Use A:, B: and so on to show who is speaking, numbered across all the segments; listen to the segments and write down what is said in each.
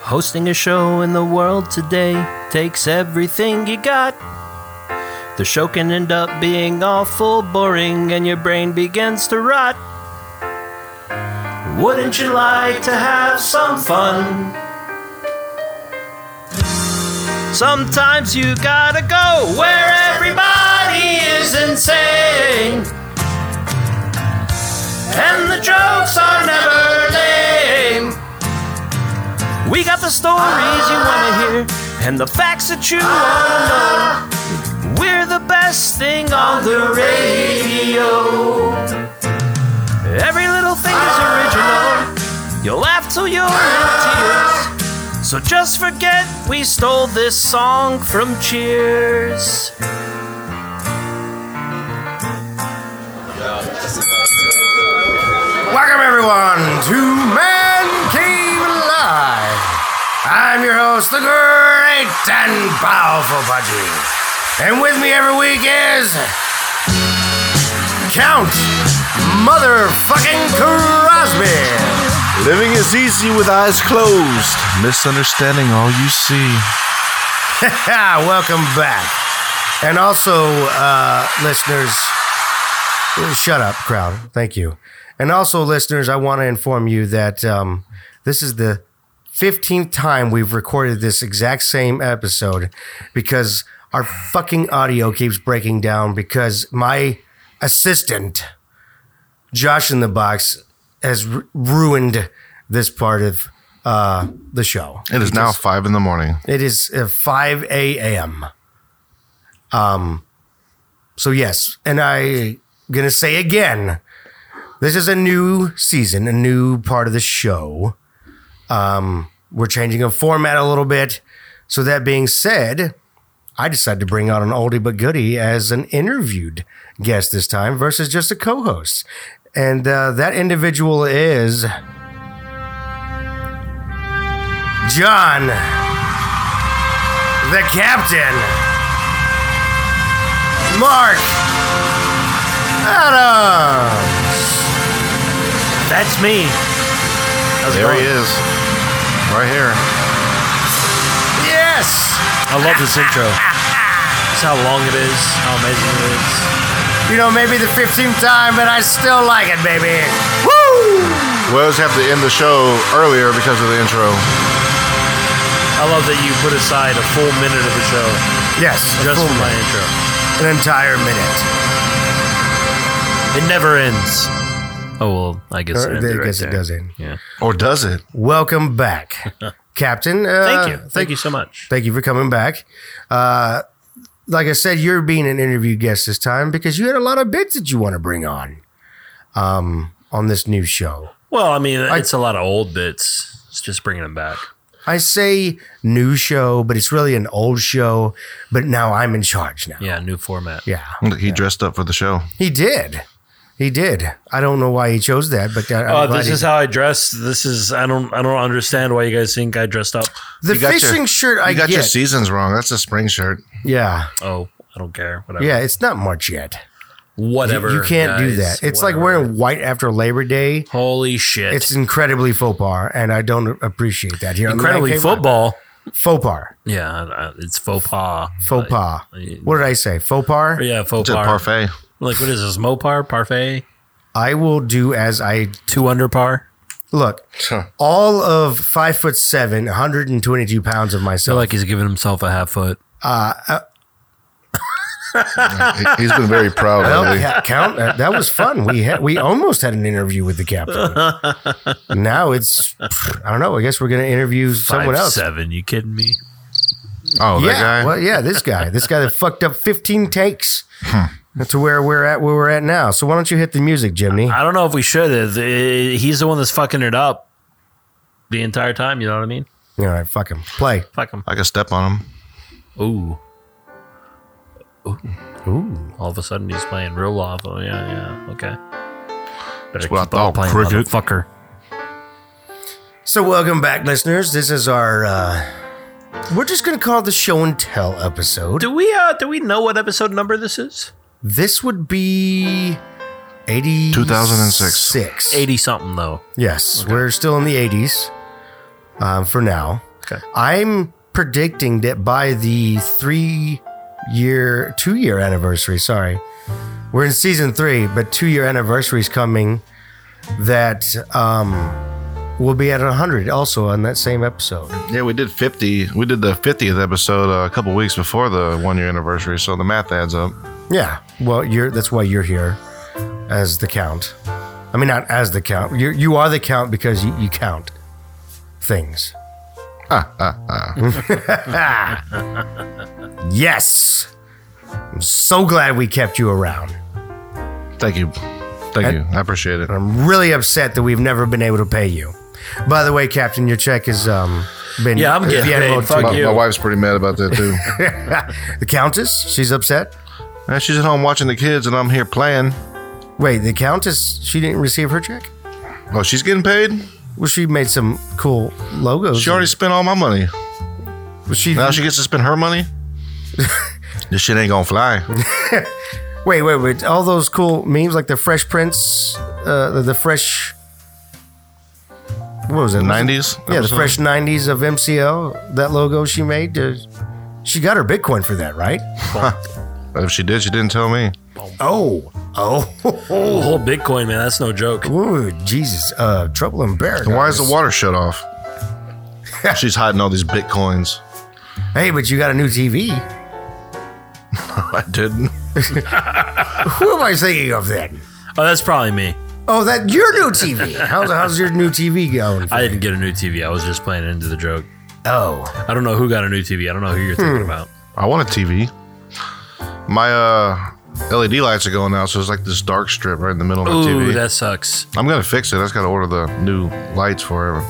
A: Hosting a show in the world today takes everything you got. The show can end up being awful boring and your brain begins to rot. Wouldn't you like to have some fun? Sometimes you gotta go where everybody is insane. And the jokes are never lame. We got the stories you wanna hear and the facts that you wanna know. We're the best thing on the radio. Every little thing is original. You'll laugh till you're in tears. So just forget we stole this song from Cheers.
B: Welcome, everyone, to Man Cave Live. I'm your host, the great and powerful Pudgy. And with me every week is Count Motherfucking Crosby.
C: Living is easy with eyes closed. Misunderstanding all you see.
B: Welcome back. And also, uh, listeners, shut up, crowd. Thank you. And also, listeners, I want to inform you that um, this is the 15th time we've recorded this exact same episode because our fucking audio keeps breaking down because my assistant, Josh in the Box, has ru- ruined this part of uh, the show.
C: It is now five in the morning.
B: It is uh, 5 a.m. Um, so yes, and I gonna say again, this is a new season, a new part of the show. Um, we're changing the format a little bit. So that being said, I decided to bring out an oldie but goodie as an interviewed guest this time versus just a co-host, and uh, that individual is John the captain, Mark Adams.
A: That's me. How's it
C: There he
A: going?
C: is. Right here.
B: Yes.
A: I love this intro. It's how long it is, how amazing it is.
B: You know, maybe the 15th time, but I still like it, baby. Woo!
C: We always have to end the show earlier because of the intro.
A: I love that you put aside a full minute of the show
B: Yes, a
A: just
B: full
A: for my
B: minute.
A: intro.
B: an entire minute.
A: It never ends. Oh well, I guess it,
B: Uh,
A: ends
B: I
A: right
B: guess it
A: there.
B: does end.
A: Yeah.
C: Or does it?
B: Welcome back, Captain. Uh,
A: Thank you. Thank, you so much.
B: Thank you for coming back. Uh, like I said, you're being an interview guest this time because you had a lot of bits that you want to bring on um, on this new show.
A: Well, I mean, it's a lot of old bits. It's just bringing them back.
B: I say new show, but it's really an old show. But now I'm in charge now.
A: Yeah, new format.
B: Yeah.
C: He dressed up for the show.
B: He did. He did. I don't know why he chose that, but I, I'm
A: Oh,
B: glad
A: this
B: he-
A: is how I dress. This is I don't I don't understand why you guys think I dressed up.
B: the
C: you got your-
B: fishing shirt. I
C: You got
B: get.
C: your seasons wrong. That's a spring shirt.
B: yeah,
A: Oh, I don't care. Whatever.
B: yeah. It's not March yet.
A: Whatever.
B: you can't do
A: guys.
B: that. It's like
A: Whatever.
B: wearing white after Labor Day.
A: Holy shit.
B: It's incredibly faux pas, and I don't appreciate that here. on the
A: incredibly
B: Mancave-
A: football.
B: faux pas.
A: Yeah, I- I- it's faux pas.
B: Faux pas. What did I say? Faux pas.
A: Yeah, faux
C: It's a
A: pas.
C: parfait.
A: Like what is this? Mopar, parfait,
B: I will do as I
A: two under par.
B: look. All of five foot seven, 122 pounds of
A: I feel
B: myself.
A: like he's giving himself a half foot.
C: He- He's been very proud
B: Well,
C: lately.
B: Oh, yeah, count. That, that was fun. We had, we almost had an interview with the captain. now it's I don't know. I guess we're going to interview someone
A: Five
B: else.
A: Seven? You kidding me?
C: Oh, that
B: Yeah,
C: guy?
B: well, yeah, this guy, this guy that fucked up 15 takes to where we're at, where we're at now. So why don't you hit the music, Jimmy?
A: I don't know if we should. It- it- He's the one that's fucking it up the entire time. You know what I mean?
B: All right, fuck him. Play.
A: Fuck him.
C: I could step on him.
A: Ooh. Ooh. Ooh. All of a sudden he's playing real live. Oh yeah, yeah. Okay. Better
C: what I
A: keep on
C: thought, cricket.
A: motherfucker.
B: So, welcome back, listeners. This is our. Uh, we're just going to call it the show and tell episode.
A: Do we uh do we know what episode number this is?
B: This would be 80
C: 2006.
A: 80 something though.
B: Yes, we're still in the 80s um, for now.
A: Okay.
B: I'm predicting that by the three year, two year anniversary, sorry, we're in season three, but two year anniversary is coming, that um, we'll be at 100 also on that same episode.
C: Yeah, we did 50. We did the 50th episode uh, a couple weeks before the one year anniversary, so the math adds up.
B: Yeah. Well, you're that's why you're here as the count. I mean, not as the count. You you are the count because you, you count things. yes. I'm so glad we kept you around.
C: Thank you. Thank you. I appreciate it.
B: I'm really upset that we've never been able to pay you. By the way, Captain, your check has um been
A: Yeah, I'm getting
B: Vienna
A: paid.
B: mode
A: Fuck
B: too.
C: My,
A: you.
C: my wife's pretty mad about that, too.
B: The Countess, she's upset.
C: and she's at home watching the kids, and I'm here playing.
B: Wait, the Countess, she didn't receive her check.
C: Oh, she's getting paid?
B: Well, she made some cool logos.
C: She already spent all my money.
B: she,
C: Now she gets to spend her money? this shit ain't gonna fly.
B: Wait, wait, wait! All those cool memes, like the Fresh Prince, uh, the, the Fresh. What was it?
C: 90s?
B: Yeah, the
C: episode?
B: Fresh '90s of MCL. That logo she made. uh, She got her Bitcoin for that, right?
C: If she did, she didn't tell me.
B: Oh,
A: The
B: oh,
A: whole Bitcoin, man, that's no joke.
B: Ooh, Jesus! Uh, trouble in paradise.
C: And why is the water shut off? She's hiding all these bitcoins.
B: Hey, but you got a new TV.
C: I didn't.
B: Who am I thinking of then?
A: Oh, that's probably me.
B: Oh, that your new TV. How's how's your new TV going?
A: I didn't get a new TV. I was just playing into the joke.
B: Oh,
A: I don't know who got a new TV. I don't know who you're thinking about.
C: I want a TV. My uh, LED lights are going out, so it's like this dark strip right in the middle of my
A: Ooh,
C: TV.
A: that sucks.
C: I'm gonna fix it. I just gotta order the new lights for it.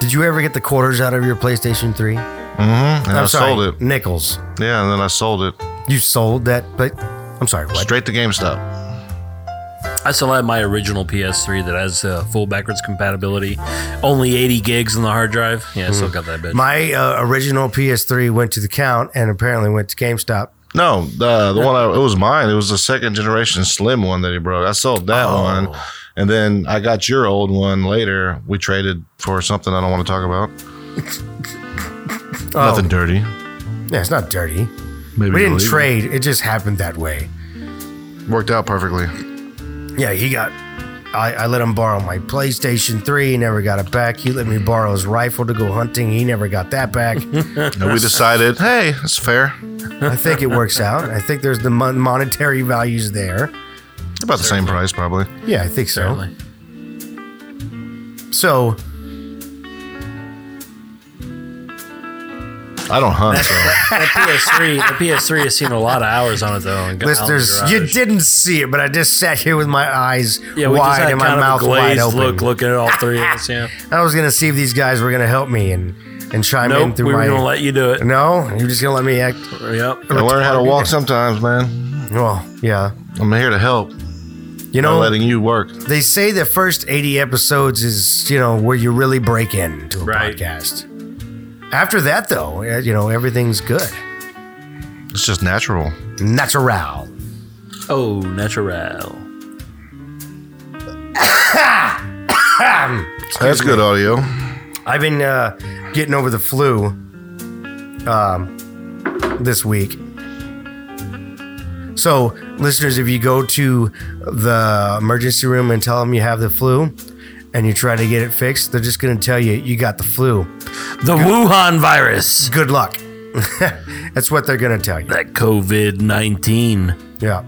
B: did you ever get the quarters out of your PlayStation 3
C: Mm-hmm. And i
B: I'm sorry,
C: sold it.
B: nickels.
C: Yeah, and then I sold it
B: You sold that, but I'm sorry. What?
C: straight to GameStop.
A: I still have my original PS3 that has uh, full backwards compatibility, only 80 gigs on the hard drive. Yeah, I still got that bitch.
B: My uh, original PS3 went to the count and apparently went to GameStop.
C: No, the the one I, it was mine. It was the second generation slim one that he broke. I sold that
A: Oh.
C: one, and then I got your old one later. We traded for something I don't want to talk about.
B: Oh,
C: Nothing dirty.
B: Yeah, it's not dirty.
C: Maybe
B: We didn't
C: illegal.
B: trade. It just happened that way.
C: Worked out perfectly.
B: Yeah, he got. I, I let him borrow my PlayStation 3. He never got it back. He let me borrow his rifle to go hunting. He never got that back.
C: And we decided, hey, it's fair.
B: I think it works out. I think there's the mon- monetary values there.
C: It's about the same price, probably.
B: Yeah, I think so.
A: Apparently.
B: So,
C: I don't hunt, so.
A: That PS3, the PS3 has seen a lot of hours on it though. and got
B: listeners,
A: out in the
B: you
A: garage.
B: didn't see it, but I just sat here with my eyes
A: yeah, we just
B: wide
A: had
B: and
A: kind
B: my
A: of a
B: mouth wide
A: glazed
B: open.
A: Look, looking at all three of us. Yeah,
B: I was gonna see if these guys were gonna help me and and chime in
A: nope, we
B: through
A: were
B: my.
A: gonna let you do it.
B: no, you're just gonna let me act.
C: Mm.
A: Yep.
C: I learn how to walk sometimes, man.
B: Well, yeah.
C: I'm here to help.
B: You
C: I'm
B: know,
C: letting you work.
B: they say the first 80 episodes is you know where you really break into a
A: Right.
B: podcast. After that, though, eh, you know everything's good.
C: It's just natural.
B: Natural.
A: Oh, natural.
C: That's good audio.
B: I've been uh, getting over the flu um, this week. So, listeners, if you go to the emergency room and tell them you have the flu and you try to get it fixed, they're just going to tell you you got the flu.
A: The Wuhan virus.
B: Good luck. That's what they're going to tell you.
A: That COVID nineteen
B: Yeah.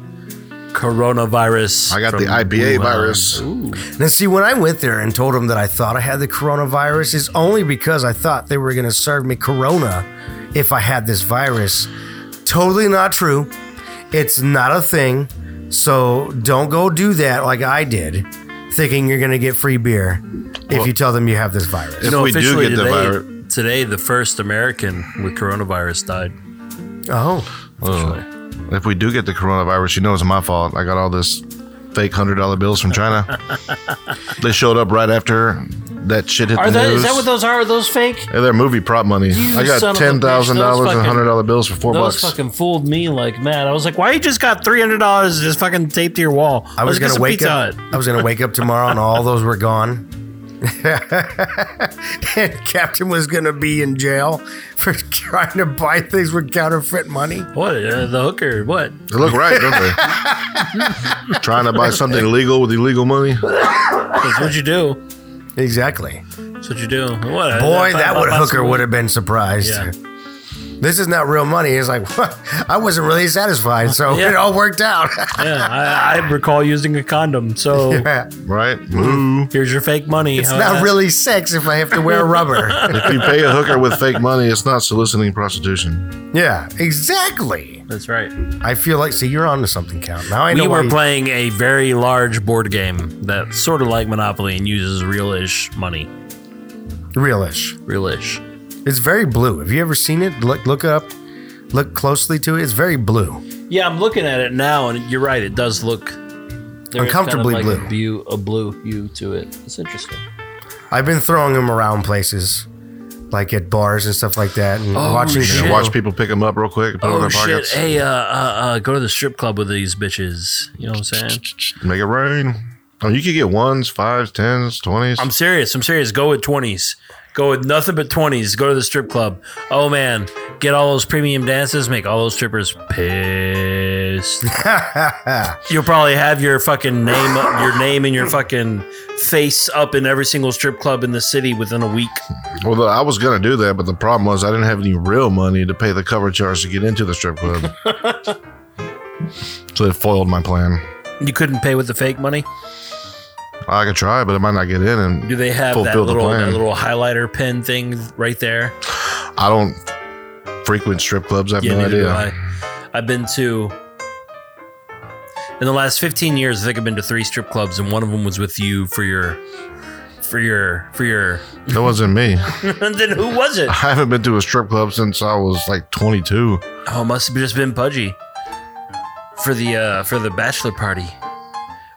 A: coronavirus.
C: I got
A: from
C: the IBA
A: Wuhan.
C: virus.
B: Now, see, when I went there and told them that I thought I had the coronavirus, is only because I thought they were going to serve me corona if I had this virus. Totally not true. It's not a thing. So don't go do that like I did, thinking you're going to get free beer if you tell them you have this virus.
A: You
C: If
A: know,
C: we do
A: officially
C: get the
A: today,
C: vir-
A: today the first American with coronavirus died.
B: Oh,
C: Uh-huh. If we do get the coronavirus, you know it's my fault. I got all this fake hundred dollar bills from China. they showed up right after that shit hit
D: Are
C: the
D: that
C: news.
D: is that what those are? Are those fake?
C: Hey, they're movie prop money.
D: You
C: I
D: son
C: got
D: of a bitch,
C: ten thousand
D: those
C: dollars
D: fucking-
C: and hundred dollar bills for four
D: Those
C: bucks.
D: fucking fooled me like mad. I was like, why you just got three hundred dollars just fucking taped to your wall?
B: I was gonna wake up.
D: Hut.
B: I was gonna wake up tomorrow, and all those were gone. and Captain was gonna be in jail for trying to buy things with counterfeit money.
D: What uh, the hooker? What?
C: they look right, don't they? Trying to buy something illegal with illegal money.
D: That's what you do.
B: Exactly.
D: That's what you do. What?
B: Boy, that would
D: I- I- I-
B: hooker would have been surprised.
D: Yeah.
B: This is not real money. It's like I wasn't really satisfied, so it
D: Yeah.
B: all worked out.
D: Yeah, I, I recall using a condom. So
B: it's
C: Right?
D: Mm.
C: Ooh.
D: here's your fake money. It's
B: not really sex if I have to wear rubber.
C: If you pay a hooker with fake money, it's not soliciting prostitution.
B: yeah, exactly.
D: That's right.
B: I feel like see you're onto something, Count. Now I know
D: we
B: why
D: were
B: you-
D: playing a very large board game that's sort of like Monopoly and uses real-ish money.
B: realish.
D: Real-ish.
B: It's very blue. Have you ever seen it? Look look it up. Look closely to it. It's very blue.
D: Yeah, I'm looking at it now, and you're right. It does look there is
B: Uncomfortably
D: kind of like
B: blue.
D: A, bu- a blue hue to it. It's interesting.
B: I've been throwing them around places, like at bars and stuff like that, and
D: Oh,
B: watching.
D: shit.
C: You know, watch people pick them up real quick, put 'em in
D: Oh
C: their
D: shit!
C: pockets,
D: Hey, uh, uh, uh, go to the strip club with these bitches. You know what I'm saying?
C: make it rain. Oh, you could get ones, fives, tens, twenties.
D: I'm serious. I'm serious. Go with 20s. Go with nothing but 20s. Go to the strip club. Oh man, get all those premium dances. Make all those strippers pissed. You'll probably have your fucking name, your name, and your fucking face up in every single strip club in the city within a week.
C: Well, the- I was gonna do that, but the problem was I didn't have any real money to pay the cover charge to get into the strip club. so it foiled my plan.
D: You couldn't pay with the fake money.
C: I could try, but I might not get in. And
D: Do they have
C: Fulfill the
D: that little
C: plan.
D: that little highlighter pen thing right there?
C: I don't frequent strip clubs. I have no
D: neither do
C: idea.
D: I. I've been to in the last 15 years. I think I've been to three strip clubs, and one of them was with you for your for your for your.
C: That wasn't me.
D: and then who was it?
C: I haven't been to a strip club since I was like 22.
D: Oh, it must have just been Pudgy for the uh for the bachelor party.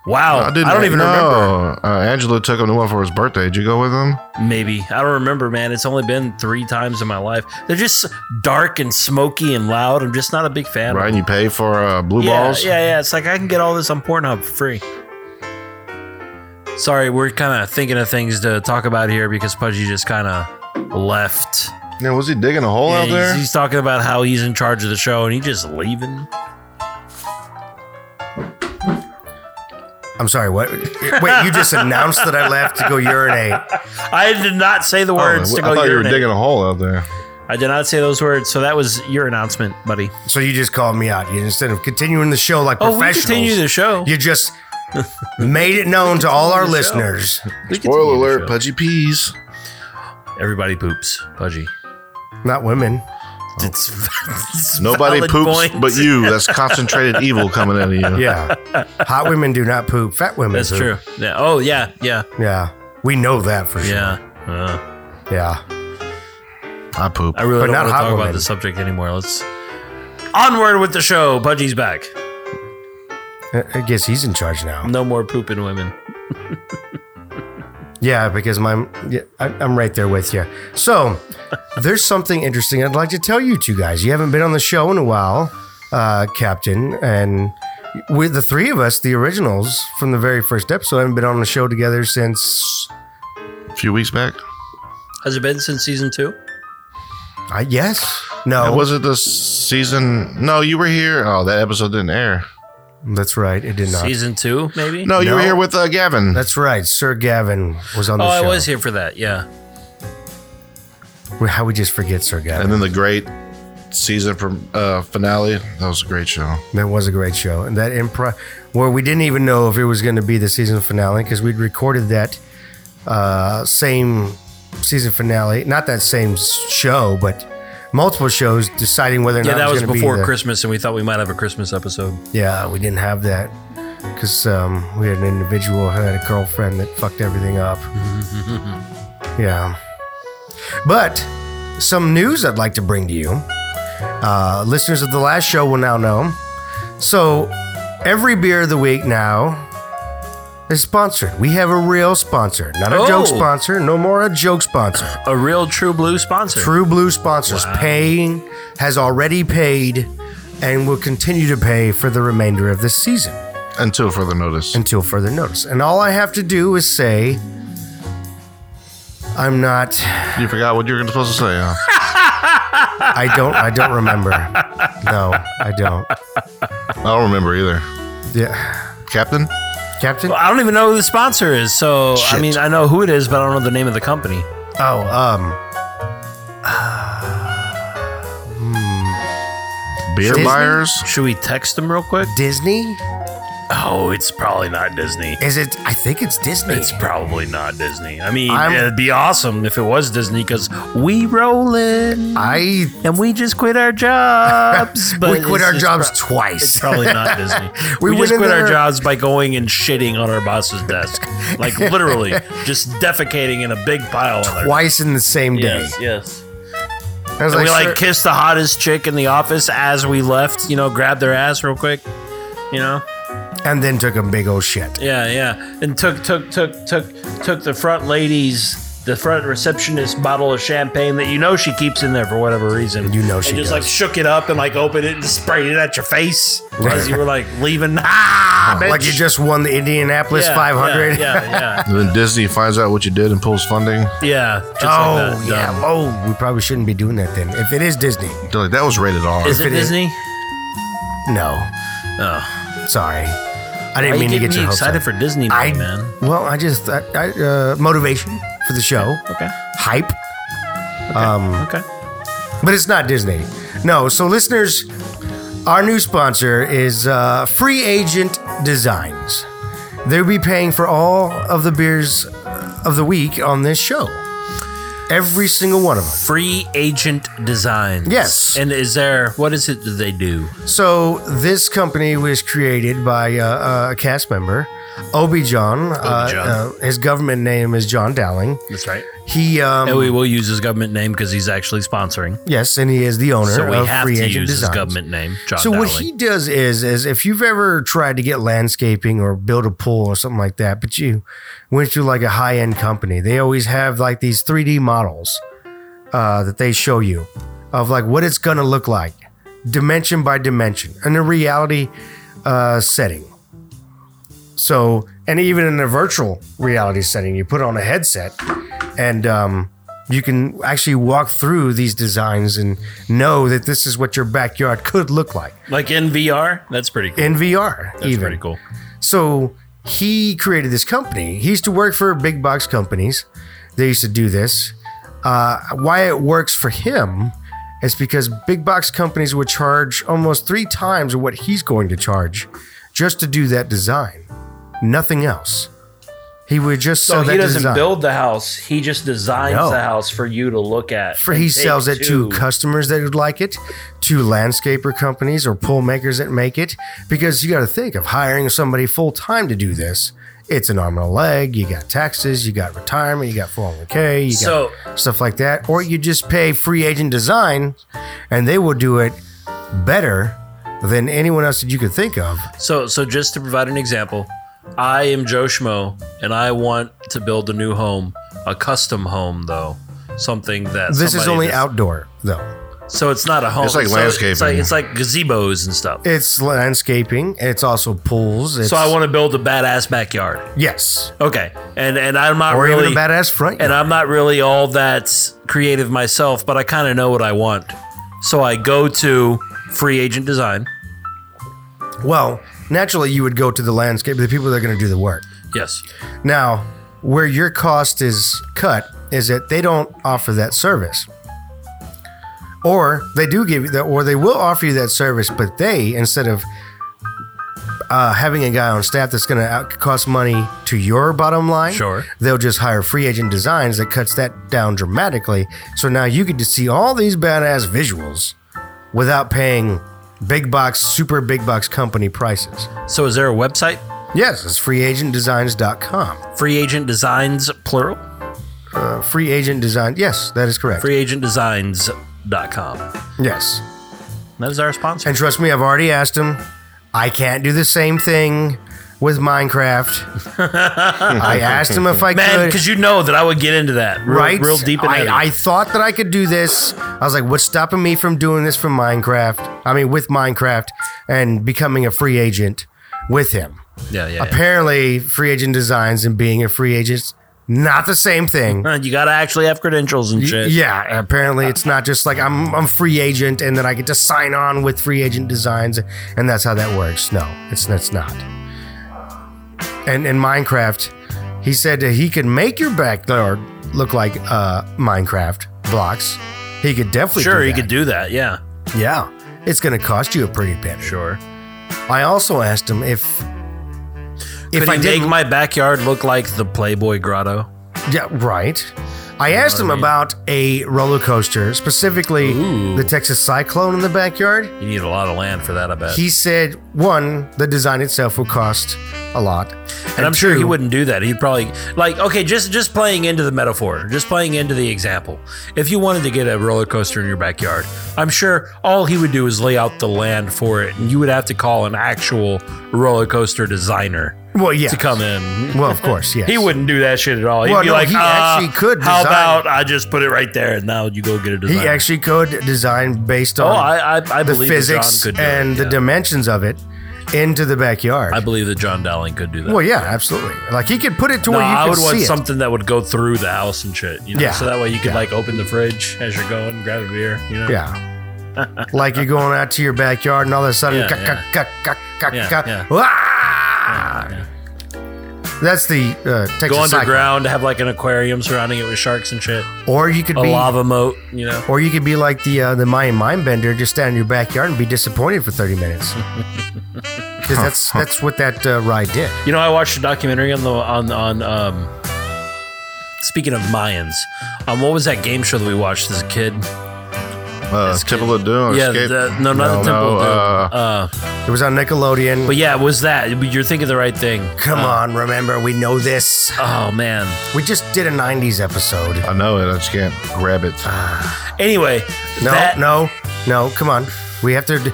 D: Wow, I, don't even remember.
C: know. Uh, Angela took him to one for his birthday. Did you go with him?
D: Maybe I don't remember, man. It's only been three times in my life. They're just dark and smoky and loud. I'm just not a big fan. of
C: Right, and you pay for uh, blue
D: yeah,
C: balls.
D: Yeah, yeah. It's like I can get all this on Pornhub for free. Sorry, we're kind of thinking of things to talk about here because Pudgy just kind of left.
C: Yeah, was he digging a hole
D: Yeah,
C: out there?
D: he's, he's talking about how he's in charge of the show and he just leaving.
B: I'm sorry. What? Wait, you just announced that I left to go urinate.
D: I did not say the
C: Oh,
D: words to
C: I
D: go
C: thought you were
D: urinate.
C: digging a hole out there.
D: I did not say those words, so that was your announcement, buddy.
B: So you just called me out. You instead of continuing the show like
D: Oh, we
B: professionals.
D: continue the show.
B: You just made it known to all our
D: the show.
B: listeners.
D: We continue
C: Spoiler
D: the
C: alert,
D: show.
C: pudgy peas.
D: Everybody poops, Pudgy.
B: Not women.
D: It's, it's
C: Nobody
D: valid
C: poops
D: point.
C: but you. That's concentrated evil coming out of you.
B: Yeah. Hot women do not poop. Fat women
D: That's
B: poop.
D: true. Yeah. Oh yeah, yeah,
B: Yeah. We know that for sure.
D: yeah. Uh.
B: Yeah.
C: I poop.
D: I really
B: But
D: don't
B: not
D: want to
B: hot
D: talk about
B: woman.
D: the subject anymore. Let's onward with the show. Pudgy's back.
B: I I guess he's in charge now.
D: No more pooping women.
B: Yeah, because my yeah, I, I'm right there with you. So there's something interesting I'd like to tell you two guys. You haven't been on the show in a while, uh, Captain, and with the three of us, the originals from the very first episode, haven't been on the show together since.
C: a few weeks back.
D: Has it been since season two?
B: I yes, no,
C: Was it the season? No, you were here. Oh, that episode didn't air.
B: that's right. It did not.
D: Uh, Season two, maybe.
C: No, you
B: No.
C: were here with uh, Gavin.
B: That's right. Sir Gavin was on the
D: Oh, I
B: show.
D: was here for that. Yeah.
B: How we just forget Sir Gavin?
C: and then the great season from uh, finale. That was a great show.
B: That was a great show. And that improv, where we didn't even know if it was going to be the season finale because we'd recorded that uh, same season finale, not that same s- show, but multiple shows deciding whether or
D: Yeah,
B: not
D: that
B: it
D: was
B: gonna be
D: before
B: the-
D: Christmas, and we thought we might have a Christmas episode.
B: Yeah, we didn't have that because um, we had an individual who had a girlfriend that fucked everything up. yeah. But some news I'd like to bring to you. Uh, listeners of the last show will now know. So every beer of the week now is sponsored. We have a real sponsor, not a
D: Oh.
B: joke sponsor. No more a joke sponsor.
D: A real True Blue sponsor.
B: True Blue sponsors paying has already paid and will continue to pay for the remainder of this season
C: Until further notice.
B: until further notice. And all I have to do is say I'm not
C: You forgot what you were supposed to say, huh?
B: I don't I don't remember. No, I don't.
C: I don't remember either.
B: Yeah.
C: Captain?
B: Captain?
D: I don't even know who the sponsor is. So I
C: Shit.
D: mean, I know who it is, but I don't know the name of the company.
B: Oh, um
C: Beer
B: Disney?
C: buyers?
D: Should we text them real quick?
B: Disney?
D: Oh, it's probably not Disney.
B: Is it I think it's Disney.
D: It's probably not Disney. I mean,
B: I'm-
D: it'd be awesome if it was Disney because we rolling
B: I
D: and we just quit our jobs. But
B: we quit
D: it's-
B: our
D: it's
B: jobs
D: pro-
B: twice.
D: Probably not Disney.
B: We
D: we
B: went
D: just
B: in
D: quit our
B: there-
D: jobs by going and shitting on our boss's desk, like literally, just defecating in a big pile. On our-
B: twice in the same day.
D: yes, yes.
B: I was
D: And we like
B: "Sir,
D: kissed the hottest chick in the office as we left, you know, grabbed their ass real quick. You know?
B: and then took a big old shit.
D: Yeah, yeah. And took took took took took the front lady's the front receptionist bottle of champagne that you know she keeps in there for whatever reason.
B: You know she
D: and
B: does.
D: just like shook it up and like opened it and sprayed it at your face as you were like leaving. Ah, bitch.
B: Like you just won the Indianapolis
D: Yeah,
B: 500.
D: Yeah, yeah,
C: And then Disney finds out what you did and pulls funding.
D: yeah. yeah just
B: Oh
D: like that.
B: yeah.
D: Dumb.
B: Oh, we probably shouldn't be doing that then. If it is Disney,
C: They're like, that was rated R.
D: Is it, Oh.
B: it is-
D: Disney?
B: no.
D: Oh,
B: Sorry, I
D: are
B: didn't
D: you
B: mean to
D: getting
B: get
D: me
B: your
D: excited
B: hopes
D: for Disney,
B: up. I
D: man?
B: well, I just I, I, uh, motivation for the show,
D: Okay,
B: hype, Um,
D: okay.
B: but it's not Disney. No. So listeners, our new sponsor is uh, Free Agent Designs. They'll be paying for all of the beers of the week on this show, every single one of them.
D: Free Agent Designs.
B: Yes.
D: And is there what is it that they do?
B: So this company was created by uh, a cast member, Obi John. Uh,
D: John.
B: uh, his government name is John Dowling.
D: That's right.
B: He um,
D: And we will use his government name because he's actually sponsoring.
B: yes, and he is the owner
D: So we
B: of
D: have
B: Free
D: to
B: Agent
D: use his
B: Designs.
D: government name, John
B: So what he does is, is if you've ever tried to get landscaping or build a pool or something like that, but you went to like a high end company, they always have like these 3D models uh, that they show you of like what it's gonna look like, dimension by dimension, in a reality uh, setting. So, and even in a virtual reality setting, you put on a headset and um, you can actually walk through these designs and know that this is what your backyard could look like
D: like in VR, that's pretty cool.
B: in VR.
D: That's
B: even.
D: pretty cool.
B: So he created this company. He used to work for big box companies. They used to do this. Uh, why it works for him is because big box companies would charge almost three times what he's going to charge just to do that design. Nothing else. He would just
D: So
B: sell that
D: he doesn't
B: design.
D: build the house; he just designs
B: No.
D: the house for you to look at.
B: for he sells it to customers that would like it, to landscaper companies or pool makers that make it. Because you got to think of hiring somebody full time to do this. It's an arm and a leg. You got taxes. You got retirement. You got 401k. You got
D: So-
B: stuff like that. Or you just pay free agent design, and they will do it better than anyone else that you could think of.
D: So, so just to provide an example, I am Joe Schmo, and I want to build a new home, a custom home, though something that
B: This is
D: somebody
B: only
D: that's-
B: outdoor though.
D: So it's not a home.
C: It's like
D: So It's like,
C: landscaping.
D: it's like gazebos and stuff.
B: It's landscaping. It's also pools. It's,
D: so I want to build a badass backyard.
B: yes,
D: Okay, and and I'm not
B: or
D: really
B: even a badass front.
D: and
B: yard.
D: I'm not really all that creative myself, but I kind of know what I want. So I go to free agent design.
B: Well, naturally, you would go to the landscape, the people that are going to do the work.
D: Yes.
B: Now, where your cost is cut is that they don't offer that service, or they do give you that, or they will offer you that service, but they instead of uh, having a guy on staff that's going to cost money to your bottom line,
D: Sure.
B: they'll just hire free agent designs that cuts that down dramatically. So now you get to see all these badass visuals without paying big box, super big box company prices.
D: So is there a website?
B: Yes, it's freeagentdesigns.com.
D: Free agent designs plural.
B: Uh, free agent design. Yes, that is correct.
D: Freeagentdesigns.com.
B: Yes.
D: That is our sponsor.
B: And trust me, I've already asked him. I can't do the same thing. with Minecraft. I asked him if I
D: Man,
B: could.
D: because you know that I would get into that real,
B: right?
D: real deep in it.
B: I, I thought that I could do this. I was like, what's stopping me from doing this from Minecraft? I mean, with Minecraft and becoming a free agent with him.
D: yeah, yeah. yeah.
B: Apparently, free agent designs and being a free agent's not the same thing.
D: Uh, You gotta actually have credentials and shit.
B: Yeah, apparently it's not just like I'm I'm free agent and then I get to sign on with free agent designs and that's how that works. No, it's that's not. And in Minecraft, he said that he could make your backyard look like uh, Minecraft blocks. He could definitely
D: sure,
B: do
D: you
B: that.
D: could do that. Yeah,
B: Yeah, it's going to cost you a pretty penny.
D: sure.
B: I also asked him if if
D: Could
B: I
D: he
B: did
D: make my backyard look like the Playboy Grotto?
B: Yeah, right. I asked him
D: what I mean?
B: about a roller coaster, specifically
D: Ooh.
B: the Texas Cyclone in the backyard.
D: You need a lot of land for that, I bet.
B: He said, one, the design itself would cost a lot.
D: and, I'm sure he
B: two-
D: wouldn't do that. He'd probably like okay, just just playing into the metaphor, just playing into the example. If you wanted to get a roller coaster in your backyard, I'm sure all he would do is lay out the land for it, and you would have to call an actual roller coaster designer
B: Well, yeah.
D: to come in.
B: Well, of course, yes.
D: He wouldn't do that shit at all. He'd
B: Well,
D: be
B: no,
D: like,
B: he
D: "Uh,
B: actually could
D: How
B: design
D: about I just put it right there, and now you go get a
B: He
D: design.
B: actually could design based
D: oh,
B: on
D: I, I, I
B: the
D: believe that
B: physics
D: John could do it,
B: and the
D: yeah.
B: dimensions of it into the backyard.
D: I believe that John Dowling could do that.
B: well, yeah, absolutely. Like he could put it to
D: No,
B: where you
D: I
B: could
D: would
B: see
D: want
B: it.
D: something that would go through the house and shit. You know,
B: Yeah.
D: so that way you could
B: Yeah.
D: like open the fridge as you're going, grab a beer. You know,
B: Yeah. like you're going out to your backyard and all of a sudden,
D: Yeah,
B: ka-
D: yeah.
B: ka- ka- ka-
D: Yeah,
B: ka-
D: yeah.
B: Wah! That's the uh, Texas
D: go
B: cyclone.
D: underground, have like an aquarium surrounding it with sharks and shit,
B: Or you could
D: a
B: be
D: lava moat. You know,
B: Or you could be like the uh, the Mayan mindbender, just stand in your backyard and be disappointed for thirty minutes. Because that's that's what that uh, ride did.
D: you know, I watched a documentary on the on on um. Speaking of Mayans, um, what was that game show that we watched as a kid?
C: Uh, Temple of Doom.
D: yeah,
C: Escape.
D: the, no,
B: No,
D: not the Temple.
C: no,
D: of Doom.
C: uh,
D: uh,
B: It was on Nickelodeon.
D: but yeah, it was that? You're thinking the right thing.
B: Come on, remember we know this.
D: Oh man,
B: We just did a '90s episode.
C: I know it. I just can't grab it.
D: Anyway,
B: No,
D: that,
B: no, no. Come on, we have to. d-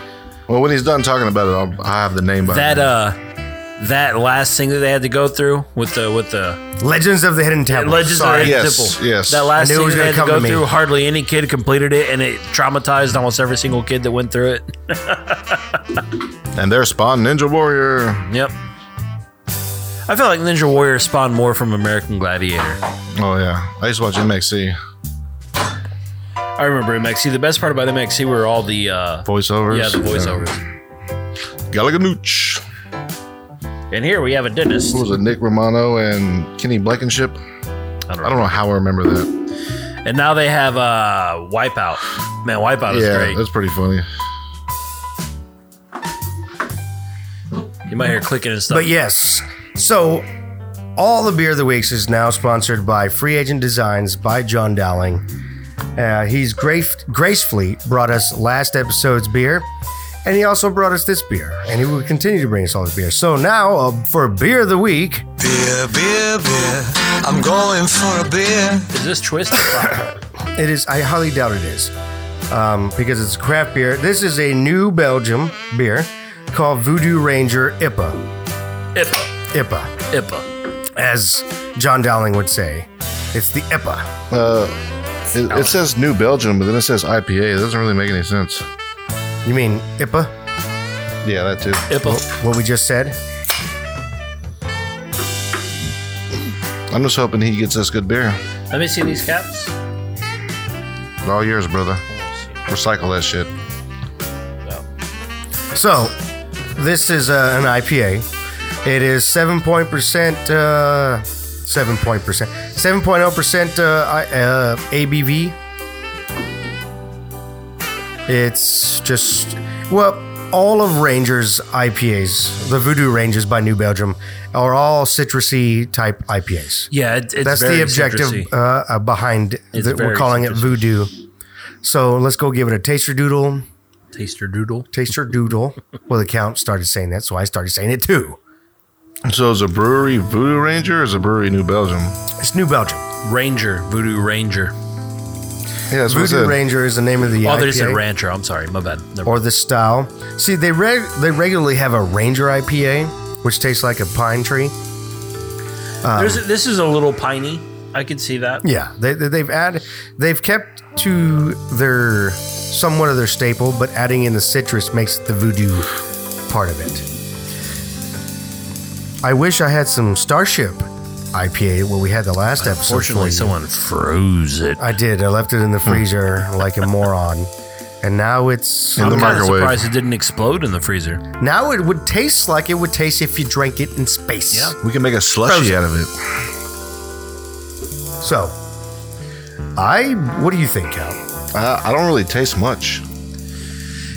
C: Well, when he's done talking about it, I'll, I have the name by
D: that uh that last thing that they had to go through with the with the
B: Legends of the Hidden Temple.
D: Legends
B: Sorry.
D: of the Hidden
C: Yes,
D: Temple.
C: yes.
D: That
B: I
D: last
B: knew it
D: thing
B: was
D: that they
B: gonna
D: had to
B: come
D: go
B: to me.
D: through, hardly any kid completed it, and it traumatized almost every single kid that went through it.
C: and their spawn Ninja Warrior.
D: Yep. I feel like Ninja Warrior spawned more from American Gladiator.
C: Oh yeah, I used to watch MXC
D: I remember MXC. The best part about MXC were all the uh,
C: voiceovers.
D: yeah the voiceovers.
C: Galaganooch.
D: And here we have a dentist.
C: What was it? Nick Romano and Kenny Blankenship.
D: I don't
C: I
D: know.
C: don't know how I remember that.
D: And now they have uh, Wipeout. Man, Wipeout is
C: yeah,
D: great.
C: that's pretty funny.
D: You might hear clicking and stuff.
B: But yes, so all the beer of the weeks is now sponsored by Free Agent Designs by John Dowling. Uh, he's graf- gracefully brought us last episode's beer, and he also brought us this beer, and he will continue to bring us all this beer. So now uh, for beer of the week,
E: Beer, beer, beer. I'm going for a beer.
D: is this twist?
B: it is I highly doubt it is um, because it's craft beer. This is a new Belgium beer called Voodoo Ranger IPA.
D: Ipa.
B: IPA,
D: Ipa.
B: as John Dowling would say, it's the IPA.
C: Uh, it, it says New Belgium, but then it says IPA. It doesn't really make any sense.
B: You mean IPA?
C: Yeah, that too.
D: Ipa.
B: What we just said?
C: I'm just hoping he gets us good beer.
D: Let me see these caps.
C: It's all yours, brother. Recycle that shit.
B: So, this is uh, an IPA. It is seven point percent, uh, seven point percent, seven point zero percent uh, ABV. It's just well, all of Rangers IPAs, the Voodoo Rangers by New Belgium, are all citrusy type IPAs.
D: Yeah, it, it's
B: That's
D: very
B: the objective
D: citrusy.
B: uh, uh, behind
D: It's
B: that we're
D: very
B: calling
D: citrusy.
B: it Voodoo. So let's go give it a taster doodle.
D: Taster doodle.
B: Taster Doodle. Well, the count started saying that, so I started saying it too.
C: So is a brewery Voodoo Ranger or is a brewery New Belgium?
B: It's New Belgium.
D: Ranger. Voodoo Ranger.
C: Yeah, that's what
B: Voodoo
C: it said.
B: Ranger is the name of the
D: Oh,
B: IPA,
D: there's a rancher. I'm sorry. My bad. Never-
B: or the style. See, they reg- they regularly have a Ranger IPA, which tastes like a pine tree.
D: There's, this is a little piney. I can see that.
B: Yeah, they, they, they've added, they've kept to their somewhat of their staple, but adding in the citrus makes the voodoo part of it. I wish I had some Starship IPA where we had the last episode. for
D: Fortunately,
B: you.
D: someone froze it.
B: I did. I left it in the
D: Hmm.
B: freezer like a moron, and now it's
C: In the
D: I'm kinda
C: microwave.
D: surprised it didn't explode in the freezer.
B: now it would taste like it would taste if you drank it in space.
D: Yeah.
C: We can make a slushy
B: Frozen.
C: out of it.
B: So, I what do you think, Cal?
C: I, I don't really taste much.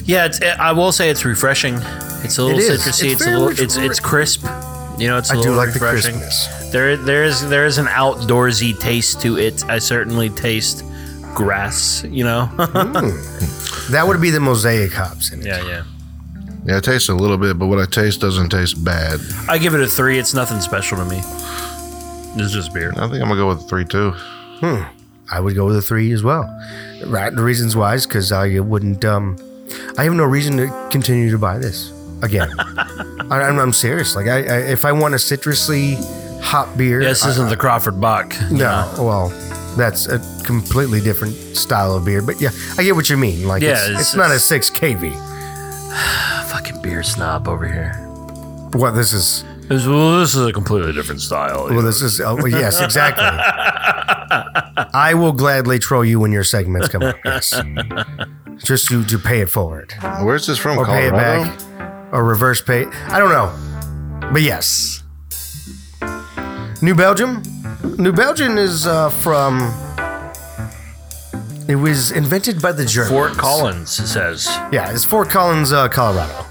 D: Yeah, it's, I will say it's refreshing. It's a little
B: is. It's
D: citrusy. It's,
B: very
D: a little.
B: ref-
D: It's it's crisp. You know, it's a
B: I do
D: little
B: like the
D: refreshing.
B: crispness.
D: there there is there is an outdoorsy taste to it. I certainly taste grass. You know.
B: That would be the mosaic hops in it.
D: yeah, yeah.
C: Yeah, it tastes a little bit, but what I taste doesn't taste bad.
D: I give it a three. It's nothing special to me. It's just beer.
C: I think I'm gonna go with three too.
B: I would go with a three as well. Right, the reasons why is because I wouldn't. Um, I have no reason to continue to buy this again. I, I'm, I'm serious. Like, I, I if I want a citrusy hot beer,
D: This
B: I-
D: isn't the Crawford Bach.
B: no. Well, that's a completely different style of beer. But yeah, I get what you mean. Like,
D: Yeah,
B: it's,
D: it's-
B: it's not a
D: it's-
B: six kV.
D: Fucking beer snob over here.
B: What this is.
D: This, well, this is a completely different style.
B: Well, this is. Oh, well, yes, exactly. I will gladly troll you when your segments come up. Yes. Just to, to pay it forward.
C: Where's this from?
B: or pay it
C: Colorado.
B: back or reverse pay. I don't know, but yes. New Belgium, New Belgium is uh, from. It was invented by the Germans.
D: Fort Collins says,
B: Yeah, it's Fort Collins, uh, Colorado.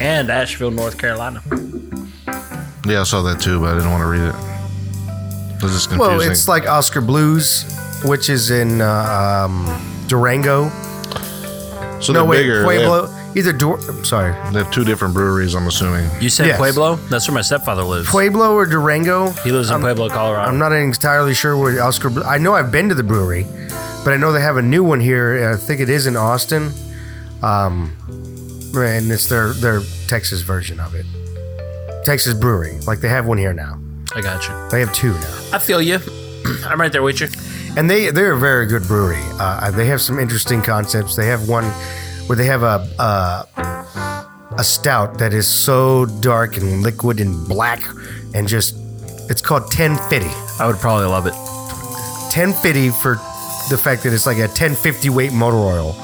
D: and Asheville, North Carolina.
C: Yeah, I saw that too, but I didn't want to read it. This is confusing.
B: Well, it's like Oscar Blues, which is in uh, um, Durango.
C: so
B: No,
C: they're
B: wait,
C: bigger. They have,
B: Pueblo. Either Dur- I'm sorry,
C: they have two different breweries. I'm assuming.
D: You said
B: Yes.
D: Pueblo? That's where my stepfather lives.
B: Pueblo or Durango.
D: he lives in Pueblo, Colorado.
B: I'm not entirely sure where Oscar. Blu- I know I've been to the brewery, but I know they have a new one here. and I think it is in Austin, um, and it's their their Texas version of it. Texas brewery, like they have one here now.
D: I got you.
B: They have two now,
D: I feel you. I'm right there with you.
B: and they they're a very good brewery. Uh, they have some interesting concepts. They have one where they have a. a a stout that is so dark and liquid and black and just it's called 1050
D: I would probably love it.
B: 1050 for the fact that it's like a 1050 weight motor oil.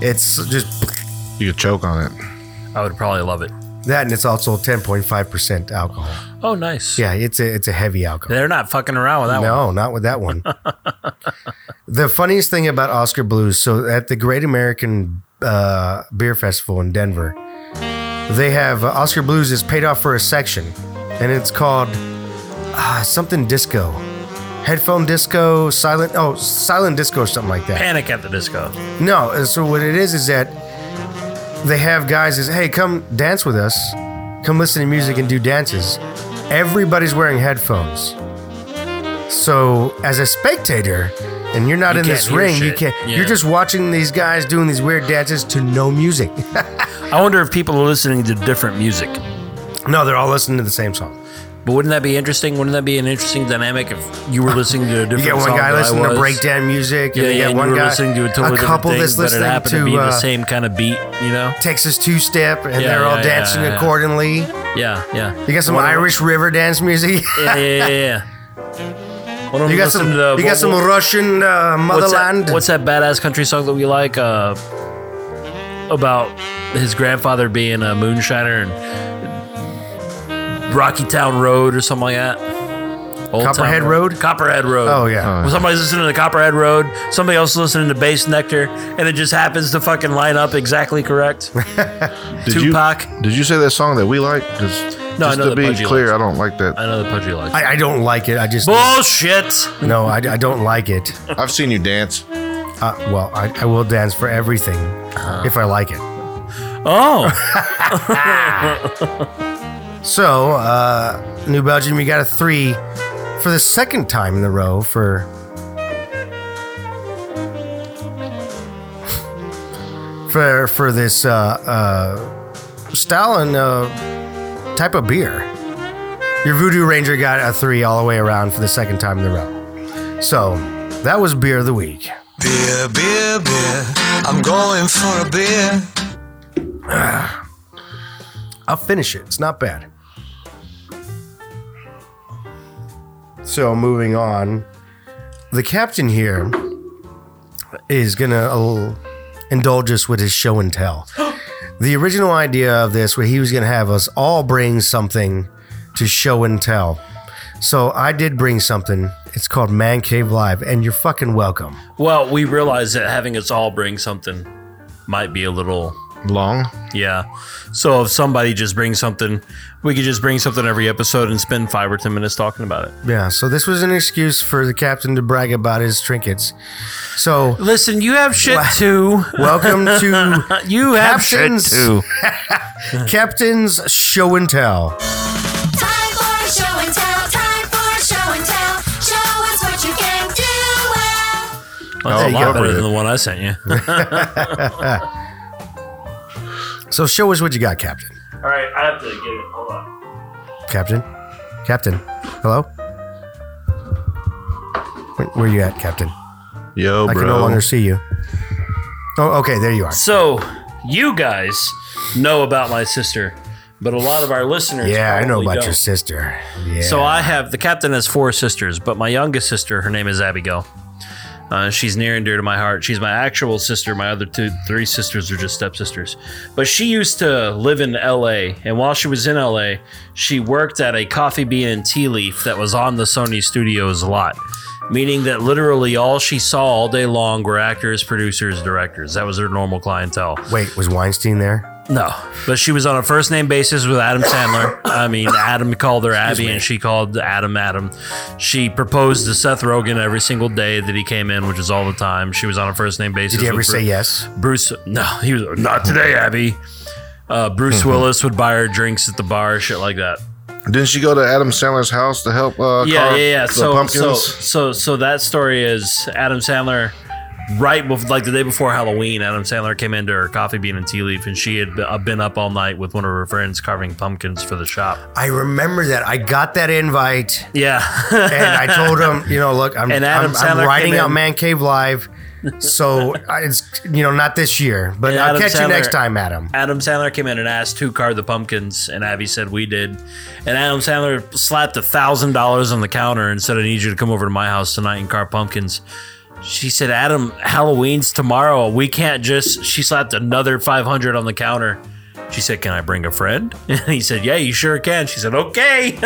B: It's just
C: You could choke on it.
D: I would probably love it.
B: that, and it's also 10.5% alcohol.
D: Oh, nice.
B: Yeah, it's a it's a heavy alcohol.
D: They're not fucking around with that one.
B: No, not with that one. the funniest thing about Oscar Blues, so at the Great American uh, Beer Festival in Denver, they have uh, Oscar Blues is paid off for a section, and it's called ah, something disco, headphone disco, silent oh silent disco or something like that.
D: Panic at the disco.
B: No, uh, so what it is is that they have guys is hey come dance with us, come listen to music and do dances. Everybody's wearing headphones, so as a spectator, and you're not
D: You
B: in
D: can't
B: this
D: hear
B: ring, you
D: shit.
B: can't.
D: Yeah.
B: You're just watching these guys doing these weird dances to no music.
D: I wonder if people are listening to different music.
B: no, they're all listening to the same song.
D: But wouldn't that be interesting? Wouldn't that be an interesting dynamic if you were listening to a
B: You
D: different
B: get one
D: song
B: guy
D: that I
B: listening to
D: was?
B: breakdown music, and
D: Yeah,
B: you
D: yeah,
B: get
D: and
B: one
D: you were
B: guy,
D: listening to a totally
B: a couple
D: different
B: that's
D: thing, but it
B: listening
D: happened to,
B: to,
D: be
B: uh,
D: the same kind of beat, you know?
B: Texas two step, and
D: Yeah,
B: they're all
D: yeah, yeah,
B: dancing
D: yeah.
B: accordingly.
D: Yeah, yeah.
B: You got some
D: One of-
B: Irish river dance music.
D: yeah, yeah, yeah. yeah. One of them
B: You got
D: listened
B: some.
D: to- uh,
B: you
D: what-
B: got some
D: what-
B: Russian uh,
D: what's
B: motherland.
D: That, what's that badass country song that we like? Uh, about his grandfather being a moonshiner and Rocky Town Road or something like that. Old Town
B: Copperhead Road?
D: Copperhead Road.
B: Oh, yeah.
D: When somebody's listening to Copperhead Road, somebody else listening to Bass Nectar, and it just happens to fucking line up exactly correct.
C: Did
D: Tupac.
C: you? Did you say that song that we like? 'Cause
D: No, I
C: just
D: know
C: to
D: that
C: be
D: Pudgy
C: clear,
D: likes
C: I don't like that.
D: I know the pudgy likes. it.
B: I, I don't like it. I just
D: Bullshit.
B: no. I, I don't like it.
C: I've seen you dance.
B: Uh, well, I, I will dance for everything
D: Uh-huh.
B: if I like it.
D: Oh,
B: So, uh, New Belgium, you got a three for the second time in a row for. For, for this uh, uh, style and uh, type of beer. Your Voodoo Ranger got a three all the way around for the second time in a row. So that was beer of the week.
E: Beer, beer, beer. I'm going for a beer.
B: I'll finish it. It's not bad. So moving on, the captain here is gonna uh, indulge us with his show and tell. The original idea of this, where he was gonna have us all bring something to show and tell. So I did bring something. It's called Man Cave Live, and you're fucking welcome.
D: Well, we realize that having us all bring something might be a little
C: Long.
D: yeah. So if somebody just brings something, we could just bring something every episode and spend five or ten minutes talking about it.
B: Yeah. So this was an excuse for the captain to brag about his trinkets. So
D: Listen, you have shit too.
B: welcome to
D: You have shit
B: Captions.
D: too.
B: Captain's Show and Tell.
F: Time for show and tell. Time for show and tell. Show us what you can do
B: Oh,
F: well.
D: That's a
C: you
D: lot
C: got
D: better
C: it.
D: than the one I sent you.
B: So show us what you got, Captain.
D: All right, I have to get it. Hold on.
B: Captain? Captain? Hello? Where, where you at, Captain?
C: Yo,
B: I
C: bro.
B: can no longer see you. Oh, okay, there you are.
D: So you guys know about my sister, but a lot of our listeners
B: Yeah, I know
D: probably
B: about
D: don't.
B: your sister. Yeah.
D: So I have the captain has four sisters, but my youngest sister, her name is Abigail. Uh, she's near and dear to my heart. She's my actual sister. My other two, three sisters are just stepsisters. But she used to live in L.A. And while she was in L.A., she worked at a coffee bean and tea leaf that was on the Sony Studios lot, meaning that literally all she saw all day long were actors, producers, directors. That was her normal clientele.
B: Wait, was Weinstein there?
D: No, but she was on a first name basis with Adam Sandler. I mean, Adam called her Abby, and she called Adam Adam. She proposed to Seth Rogen every single day that he came in, which is all the time. She was on a first name basis.
B: Did he
D: with
B: ever
D: Bru-
B: say yes?
D: Bruce? No, he was not today, Abby. Uh,
B: Mm-hmm.
D: Bruce Willis would buy her drinks at the bar, shit like that.
C: Didn't she go to Adam Sandler's house to help? Uh,
D: Yeah, yeah,
C: carve
D: yeah.
C: The
D: So, so,
C: pumpkins.
D: so, so that story is Adam Sandler. Right, before, like the day before Halloween, Adam Sandler came into her coffee bean and tea leaf, and she had be- uh, been up all night with one of her friends carving pumpkins for the shop.
B: I remember that. I got that invite
D: Yeah,
B: and I told him, you know, look, I'm,
D: And Adam
B: I'm, I'm
D: Sandler
B: writing
D: came
B: out
D: in.
B: Man Cave Live. So I- it's, you know, not this year, but
D: And
B: I'll
D: Adam
B: catch you
D: Sandler-
B: next time, Adam.
D: Adam Sandler came in and asked who carved the pumpkins, and Abby said we did. And Adam Sandler slapped a thousand dollars on the counter and said, "I need you to come over to my house tonight and carve pumpkins." She said, "Adam, Halloween's tomorrow. We can't just." She slapped another five hundred on the counter. She said, "Can I bring a friend?" And he said, "Yeah, you sure can." She said, "Okay."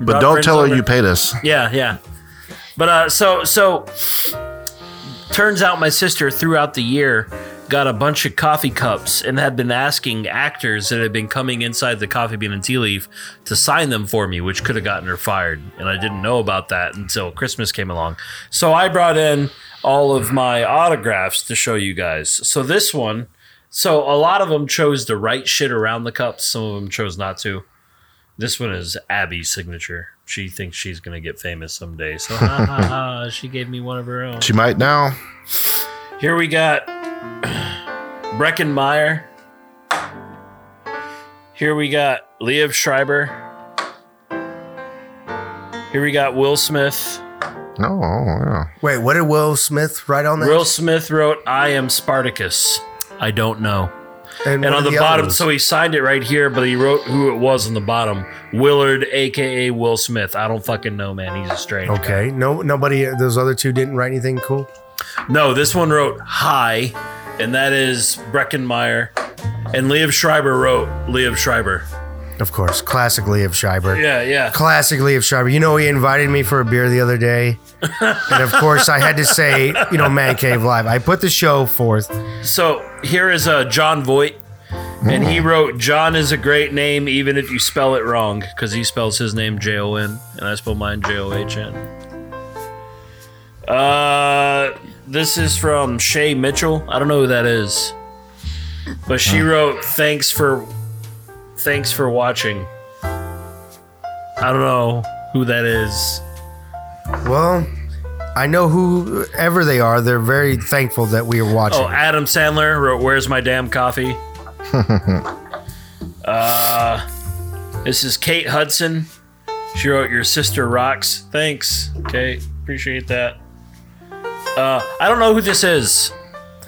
C: but don't tell her you paid us.
D: Yeah, yeah. But uh, so so turns out my sister throughout the year got a bunch of coffee cups and had been asking actors that had been coming inside the coffee bean and tea leaf to sign them for me, which could have gotten her fired. And I didn't know about that until Christmas came along. So I brought in all of my autographs to show you guys. So this one, so a lot of them chose to write shit around the cups. Some of them chose not to. This one is Abby's signature. She thinks she's gonna get famous someday. So ha, ha, ha, she gave me one of her own.
C: She might now.
D: Here we got Breckenmeyer. Here we got Liev Schreiber. Here we got Will Smith.
C: No, oh, yeah.
B: Wait, what did Will Smith write on that?
D: Will Smith wrote, I am Spartacus. I don't know. And
B: what
D: on
B: are
D: the, bottom,
B: others?
D: so he signed it right here, but he wrote who it was on the bottom Willard, aka Will Smith. I don't fucking know, man. He's a strange. guy.
B: Okay. No, nobody. Those other two didn't write anything cool.
D: No, this one wrote "Hi," and that is Breckenmeyer. And Liev Schreiber wrote Liev Schreiber.
B: Of course, classically of Schreiber.
D: Yeah, yeah.
B: Classically of Schreiber. You know, he invited me for a beer the other day, and of course, I had to say, you know, Man Cave Live. I put the show forth.
D: So here is uh, John Voight, and he wrote "John is a great name, even if you spell it wrong," because he spells his name J O N, and I spell mine J O H N. Uh, this is from Shay Mitchell. I don't know who that is, but she wrote "Thanks for, thanks for watching." I don't know who that is.
B: Well, I know whoever they are. They're very thankful that we are watching.
D: Oh, Adam Sandler wrote "Where's My Damn Coffee." uh, This is Kate Hudson. She wrote Your Sister Rocks. Thanks, Kate. Appreciate that. Uh, I don't know who this is.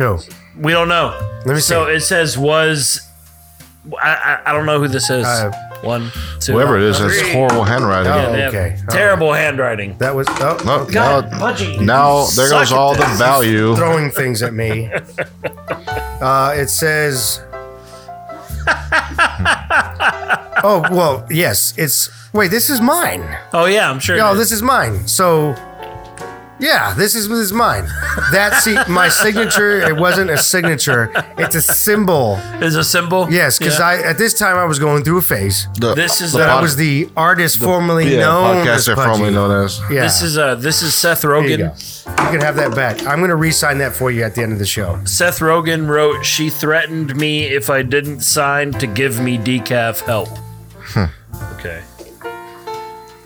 D: Oh,
B: Who?
D: We don't know.
B: Let me
D: so
B: see.
D: it says was. I, I, I don't know who this is.
B: Uh,
D: One, two.
C: Whoever it is, that's
D: three.
C: horrible handwriting.
B: Oh.
D: Yeah, they have
B: Okay.
D: Terrible handwriting.
B: That was oh,
C: Look,
D: God,
C: now,
D: Pudgy.
C: now there
D: Suck
C: goes all
D: at
C: the
D: this.
C: value.
B: throwing things at me. Uh, it says. oh well, yes. It's wait. This is mine.
D: Oh yeah, I'm sure.
B: Oh,
D: it is.
B: this is mine. So, yeah, this is this is mine. That's see, my signature. It wasn't a signature. It's a symbol.
D: is a symbol.
B: Yes, because
D: Yeah.
B: I at this time I was going through a phase.
C: The-
D: This is-
C: the
B: That I
C: pod-
B: was the artist formerly
C: yeah,
B: known as
C: podcaster
B: Pudgy.
C: formerly known as.
B: Yeah,
D: This is uh this is Seth
B: There you, go.
D: Rogen.
B: you can have that back. I'm going to re-sign that for you at the end of the show.
D: Seth Rogen wrote, "She threatened me if I didn't sign to give me decaf help."
B: Hmm.
D: Okay.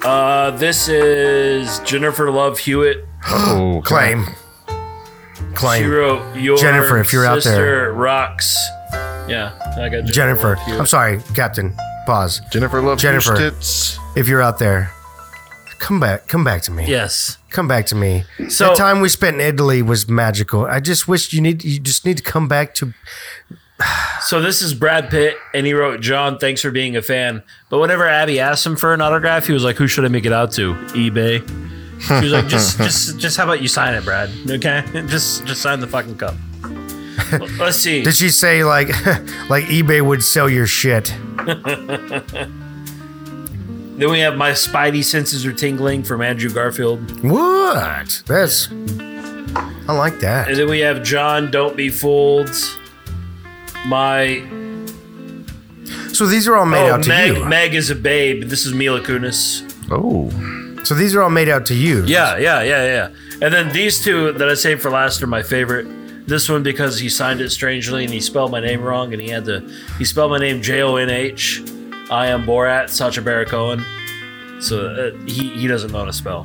D: Uh, this is Jennifer Love Hewitt.
C: Oh,
B: Claim.
D: She
B: Claim.
D: wrote your
B: Jennifer, if you're out
D: sister
B: there.
D: rocks. Yeah, I got Jennifer.
B: Jennifer.
D: Love Hewitt.
B: I'm sorry, Captain. Pause.
C: Jennifer Love
B: Jennifer.
C: Jennifer. Tits.
B: If you're out there, come back. Come back to me.
D: Yes.
B: Come back to me.
D: So-
B: the time we spent in Italy was magical. I just wish you need. You just need to come back to.
D: So this is Brad Pitt, and he wrote, "John, thanks for being a fan." But whenever Abby asked him for an autograph, he was like, "Who should I make it out to? eBay." She was like, "Just, just, just how about you sign it, Brad? Okay, just, just sign the fucking cup." Let's see.
B: Did she say like, like eBay would sell your shit?
D: Then we have my spidey senses are tingling from Andrew Garfield,
B: What? That's. I like that.
D: and then we have John, don't be fooled. My
B: So these are all made
D: oh,
B: out to
D: Meg,
B: you.
D: Meg is a babe. This is Mila Kunis.
C: Oh,
B: So these are all made out to you.
D: Yeah, yeah, yeah, yeah. And then these two that I saved for last are my favorite. This one because he signed it strangely and he spelled my name wrong and he had to he spelled my name J O N H. I am Borat Sacha Baron Cohen. So uh, he he doesn't know how to spell.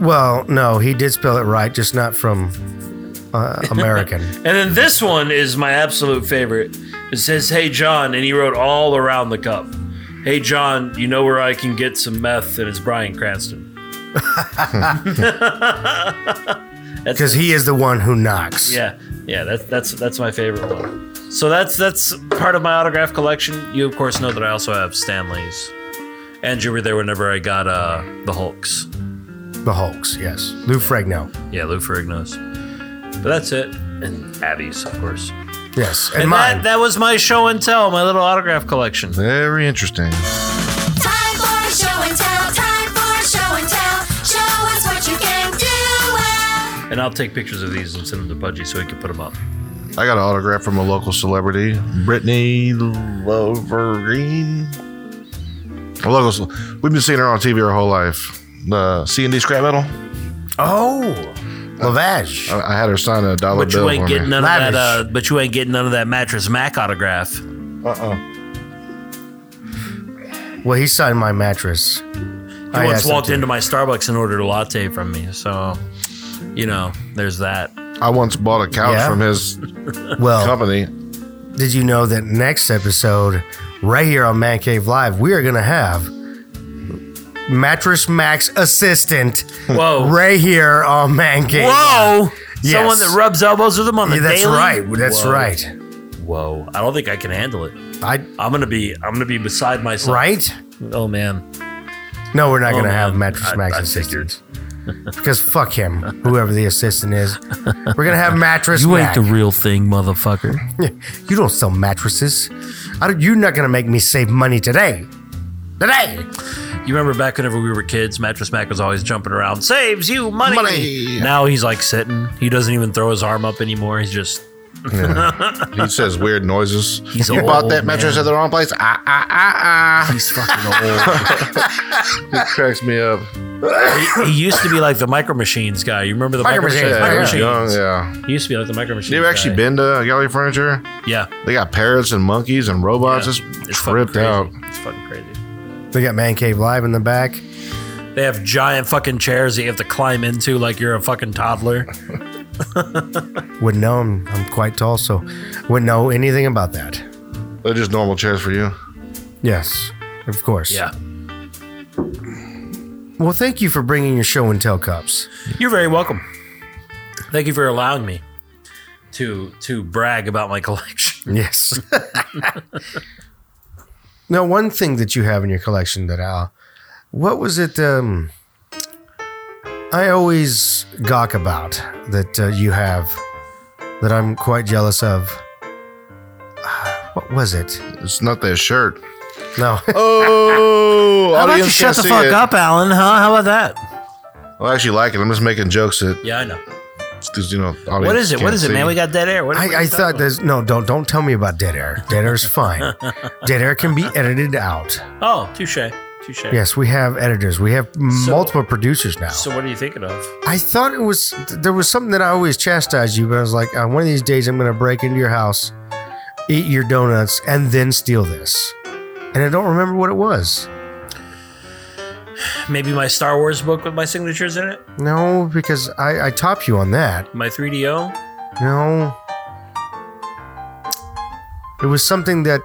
B: Well, no, he did spell it right, just not from uh, American.
D: And then this one is my absolute favorite. It says Hey John and he wrote all around the cup. Hey John, you know where I can get some meth and it's Brian Cranston.
B: Because he is the one who knocks.
D: Yeah, yeah, that's that's that's my favorite one. So that's that's part of my autograph collection. You of course know that I also have Stanleys, and you were there whenever I got uh the Hulks.
B: The Hulks, yes. Lou Fregno.
D: Yeah, Lou Ferrigno's. But that's it, and Abby's of course.
B: Yes. And,
D: And
B: mine.
D: that that was my show and tell, my little autograph collection.
C: very interesting.
F: Time for show and tell. Time for show and tell. Show us what you can do. Well.
D: And I'll take pictures of these and send them to Pudgy so he can put them up.
C: I got an autograph from a local celebrity, Brittany Lovergreen. A local, ce- we've been seeing her on TV our whole life. The C and D scrap metal.
B: oh, Lavage.
C: I, I had her sign a
B: Oh,
C: dollar
D: But
C: bill.
D: you ain't
C: for
D: getting
C: me.
D: none of that. Uh,
B: Lavish.
D: but you ain't getting none of that mattress Mac autograph.
B: well, he signed my mattress.
D: Oh. He
B: Oh, I
D: once
B: asked him
D: walked
B: to.
D: into my Starbucks and ordered a latte from me. So, you know, there's that.
C: I once bought a couch
B: Yeah. Oh.
C: from his
B: Well,
C: company.
B: did you know that next episode, right here on Man Cave Live, we are going to have Mattress Max assistant
D: Whoa.
B: right here on Man Cave. Live.
D: Whoa.
B: Yes.
D: Someone that rubs elbows with them on the
B: Yeah, that's
D: daily?
B: right. That's
D: Whoa.
B: right.
D: Whoa. I don't think I can handle it.
B: I
D: I'm gonna be I'm gonna be beside myself.
B: right?
D: Oh man.
B: No, we're not
D: Oh,
B: going to have
D: man.
B: Mattress
D: I-
B: Max
D: I
B: assistant. because fuck him, whoever the assistant is. We're going to have Mattress Max.
D: real thing, motherfucker.
B: You don't sell mattresses. I don't, you're not going to make me save money today. Today.
D: You remember back whenever we were kids, Mattress Mac was always jumping around, saves you money.
C: Money.
D: Now he's like sitting. He doesn't even throw his arm up anymore. He's just
C: He says weird noises.
D: He's
C: you
D: old,
C: bought that mattress
D: man.
C: at the wrong place. Ah ah ah
D: he's fucking old.
C: ah. It cracks me up.
D: he used to be like the micro machines guy. You remember the
B: Micro
D: micro, machines?
B: Machines,
C: Yeah,
D: Micro
C: he was
D: machines.
C: young. Yeah.
D: He used to be like the micro machines.
C: You ever actually
D: guy.
C: been to Gallery Furniture?
D: Yeah.
C: They got parrots and monkeys and robots.
D: yeah.
C: It's,
D: It's fucking
C: tripped
D: crazy.
C: out.
D: It's fucking crazy.
B: They got Man Cave Live in the back.
D: They have giant fucking chairs that you have to climb into like you're a fucking toddler.
B: Wouldn't know I'm, I'm quite tall, so wouldn't know anything about that.
C: They're just normal chairs for you.
B: Yes. Of course.
D: Yeah.
B: Well, thank you for bringing your show and tell cups.
D: You're very welcome. Thank you for allowing me to to brag about my collection.
B: Yes. now, one thing that you have in your collection that I, what was it? Um, I always gawk about that uh, you have that I'm quite jealous of. Ah, What was it?
C: It's not that shirt.
B: No.
C: Oh,
D: How about you
C: audience
D: shut
C: can't
D: the
C: see
D: fuck
C: it.
D: up, Alan? Huh? How about that?
C: I actually like it. I'm just making jokes that
D: Yeah, I know.
C: because you know. Audience
D: What is it? What
C: can't
D: is it, man?
C: see.
D: We got dead air. What, what
B: I,
D: are
B: I
D: you talking
B: thought
D: about?
B: there's no. Don't don't tell me about dead air. Dead air is fine. dead air can be edited out.
D: Oh, touche, touche.
B: Yes, we have editors. We have multiple producers now.
D: So what are you thinking of?
B: I thought it was there was something that I always chastised you, but I was like, on one of these days, I'm going to break into your house, eat your donuts, and then steal this. And I don't remember what it was.
D: Maybe my Star Wars book with my signatures in it.
B: No, because I, I topped you on that.
D: My 3DO.
B: No, it was something that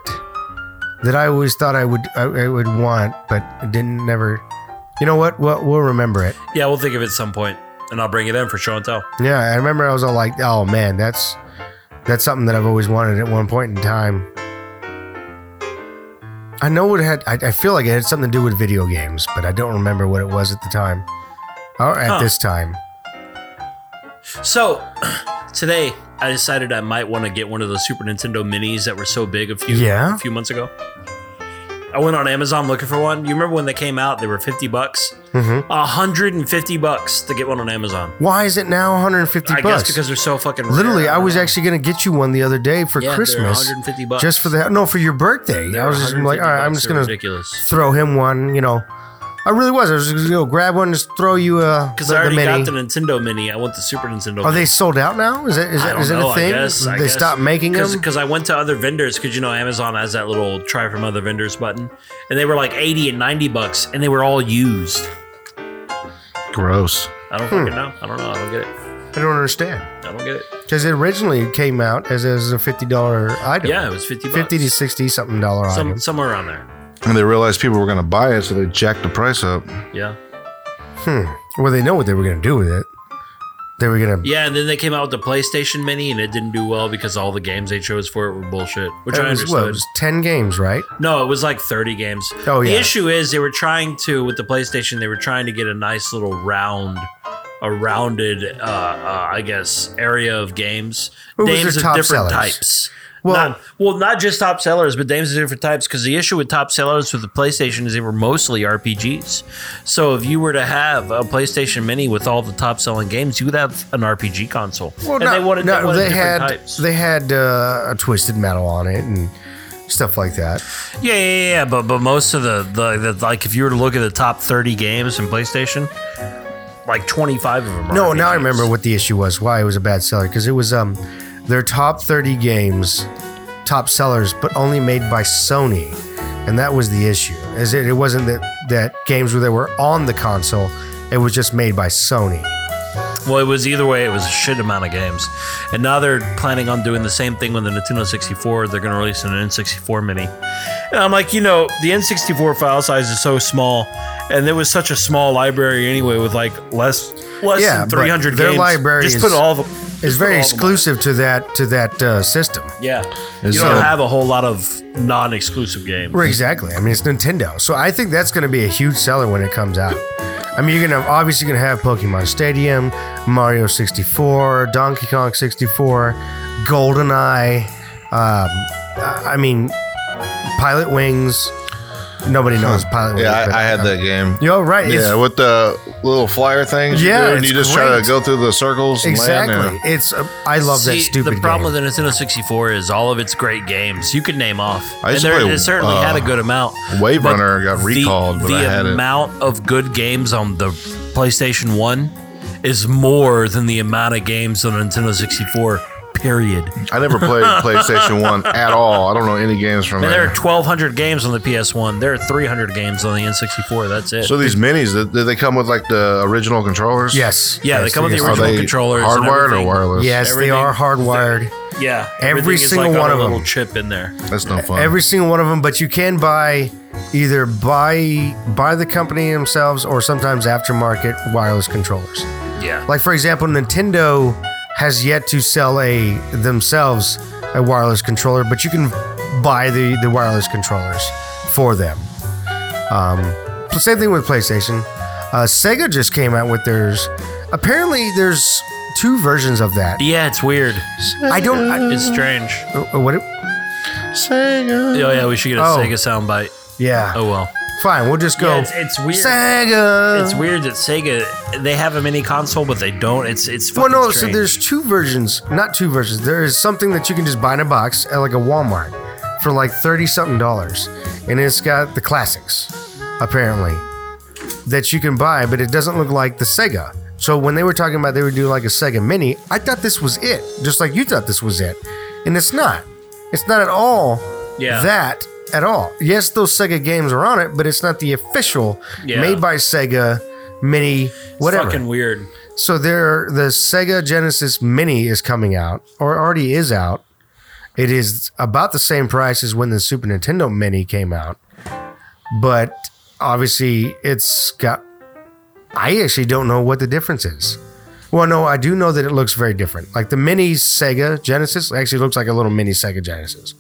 B: that I always thought I would I, I would want, but I didn't never. You know what? We'll, we'll remember it.
D: Yeah, we'll think of it at some point, and I'll bring it in for show and tell.
B: Yeah, I remember I was all like, "Oh man, that's that's something that I've always wanted at one point in time." I know it had. I, I feel like it had something to do with video games, but I don't remember what it was at the time or at
D: Huh.
B: this time.
D: So today I decided I might want to get one of those Super Nintendo minis that were so big a few
B: Yeah.
D: a few months ago. I went on Amazon looking for one. You remember when they came out? They were fifty bucks,
B: Mhm.
D: hundred and fifty bucks to get one on Amazon.
B: Why is it now 150
D: I
B: bucks?
D: guess because they're so fucking. rare.
B: literally, I was actually going to get you one the other day for
D: Yeah, they're
B: Christmas,
D: 150 bucks.
B: just for the no for your birthday.
D: They
B: I
D: were
B: was just like,
D: 150
B: all right, I'm
D: bucks.
B: just
D: They're
B: going to
D: ridiculous
B: throw him one. You know, I really was. I was just going to grab one, just throw you a
D: because I already got the Nintendo mini. I want the Super Nintendo.
B: Are they sold out now? Is that is
D: I
B: that,
D: don't
B: is that
D: know.
B: a thing?
D: I guess I
B: they
D: guess.
B: stopped making
D: Cause,
B: them.
D: Because I went to other vendors because you know Amazon has that little try from other vendors button, and they were like eighty and ninety bucks, and they were all used.
C: Gross.
D: I
B: Hmm.
D: don't fucking know. I don't know. I don't get it.
B: I don't understand
D: I don't get it.
B: because it originally came out as, as a fifty dollar item.
D: Yeah, it was fifty. Bucks.
B: fifty to sixty something dollar
D: Some,
B: item.
D: somewhere around there.
C: And they realized people were going to buy it, so they jacked the price up.
D: Yeah.
B: Well, they know what they were going to do with it. They were going to.
D: Yeah, and then they came out with the PlayStation Mini, and it didn't do well because all the games they chose for it were bullshit, which I
B: it was,
D: understood.
B: well, it was ten games, right?
D: No, it was like 30 games.
B: Oh, yeah.
D: The issue is they were trying to with the PlayStation, they were trying to get a nice little round, a rounded, uh, uh, I guess, area of games.
B: Who was
D: games
B: their
D: of
B: top
D: different
B: sellers?
D: types.
B: Well-
D: Well, not, well, not just top sellers, but games of different types. Because the issue with top sellers with the PlayStation is they were mostly RPGs. So if you were to have a PlayStation Mini with all the top selling games, you would have an RPG console.
B: Well,
D: and
B: no,
D: they wanted,
B: no,
D: they wanted
B: had
D: different types.
B: they had uh, a twisted metal on it and stuff like that.
D: Yeah, yeah, yeah, yeah. But but most of the, the the like, if you were to look at the top thirty games in PlayStation, like twenty five of them. Are
B: No,
D: RPGs.
B: now I remember what the issue was. Why it was a bad seller because it was um their top thirty games, top sellers, but only made by Sony, and that was the issue. Is it? It wasn't that that games that were on the console. It was just made by Sony.
D: Well, it was either way. It was a shit amount of games, and now they're planning on doing the same thing with the Nintendo sixty four. They're going to release an N sixty four mini, and I'm like, you know, the N sixty four file size is so small, and it was such a small library anyway, with like less less
B: Yeah,
D: than
B: but
D: three hundred.
B: their
D: games.
B: library
D: just
B: is-
D: put all the
B: It's
D: just put
B: very
D: all of them on.
B: exclusive to that to that uh, system.
D: Yeah, you
C: It's
D: don't
C: so-
D: have a whole lot of non exclusive games.
B: Right, exactly. I mean, it's Nintendo, so I think that's going to be a huge seller when it comes out. I mean, you're gonna obviously gonna have Pokemon Stadium, Mario 64, Donkey Kong 64, GoldenEye. Um, I mean, Pilot Wings. Nobody knows Pilot Wings.
C: Yeah,
B: but,
C: I, I had
B: um,
C: that game.
B: You're right. it's-
C: Yeah, with the little flyer things.
B: Yeah,
C: you, do, and
B: it's
C: you just try
B: great.
C: to go through the circles. and land there.
B: exactly. It's. Uh, I love that
D: See,
B: stupid.
D: The problem
B: game.
D: with the Nintendo 64 is all of its great games you could name off.
C: I
D: and
C: used to
D: there,
C: play,
D: it certainly
C: uh,
D: had a good amount.
C: Wave
D: but
C: Runner got
D: the-
C: recalled,
D: The,
C: but I had it.
D: amount of good games on the PlayStation 1 is more than the amount of games on Nintendo 64, period.
C: I never played PlayStation One at all. I don't know any games from
D: And there are
C: there.
D: 1,200 games on the PS1. There are 300 games on the N64. That's it.
C: So these minis, did did they come with like the original controllers?
B: Yes.
D: yeah, they
B: Yes,
D: come with
B: yes.
D: the
C: Are
D: original
C: they
D: controllers. and
C: hardwired or
D: everything.
C: wireless?
B: Yes, they
D: everything-
B: are hardwired.
D: Yeah,
B: Every
D: everything is
B: single
D: on
B: one
D: a
B: of
D: little
B: them.
D: chip in there.
C: That's no fun.
B: Every single one of them, but you can buy either buy by the company themselves or sometimes aftermarket wireless controllers.
D: Yeah,
B: Like for example, Nintendo has yet to sell a themselves a wireless controller, but you can buy the the wireless controllers for them. Um, same thing with PlayStation. Uh, Sega just came out with theirs. Apparently, there's two versions of that.
D: yeah, it's weird.
B: I don't. I,
D: It's strange.
B: uh, what? it-
D: Oh
C: Sega.
D: yeah, we should get a
B: Oh.
D: Sega soundbite.
B: Yeah.
D: Oh well.
B: Fine. We'll just go.
D: Yeah, it's, it's weird.
B: Sega.
D: It's weird that Sega they have a mini console, but they don't. It's it's
B: Well,
D: fucking
B: no.
D: strange.
B: So there's two versions, not two versions. There is something that you can just buy in a box at like a Walmart for like thirty something dollars, and it's got the classics, apparently, that you can buy, but it doesn't look like the Sega. So when they were talking about they would do like a Sega Mini, I thought this was it, just like you thought this was it, and it's not. It's not at all
D: Yeah.
B: that at all. Yes, those Sega games are on it, but it's not the official
D: Yeah.
B: made by Sega Mini whatever.
D: fucking weird.
B: So there, the Sega Genesis Mini is coming out, or already is out. It is about the same price as when the Super Nintendo Mini came out, but obviously it's got. I actually don't know what the difference is. Well, no, I do know that it looks very different. Like the mini Sega Genesis actually looks like a little mini Sega Genesis.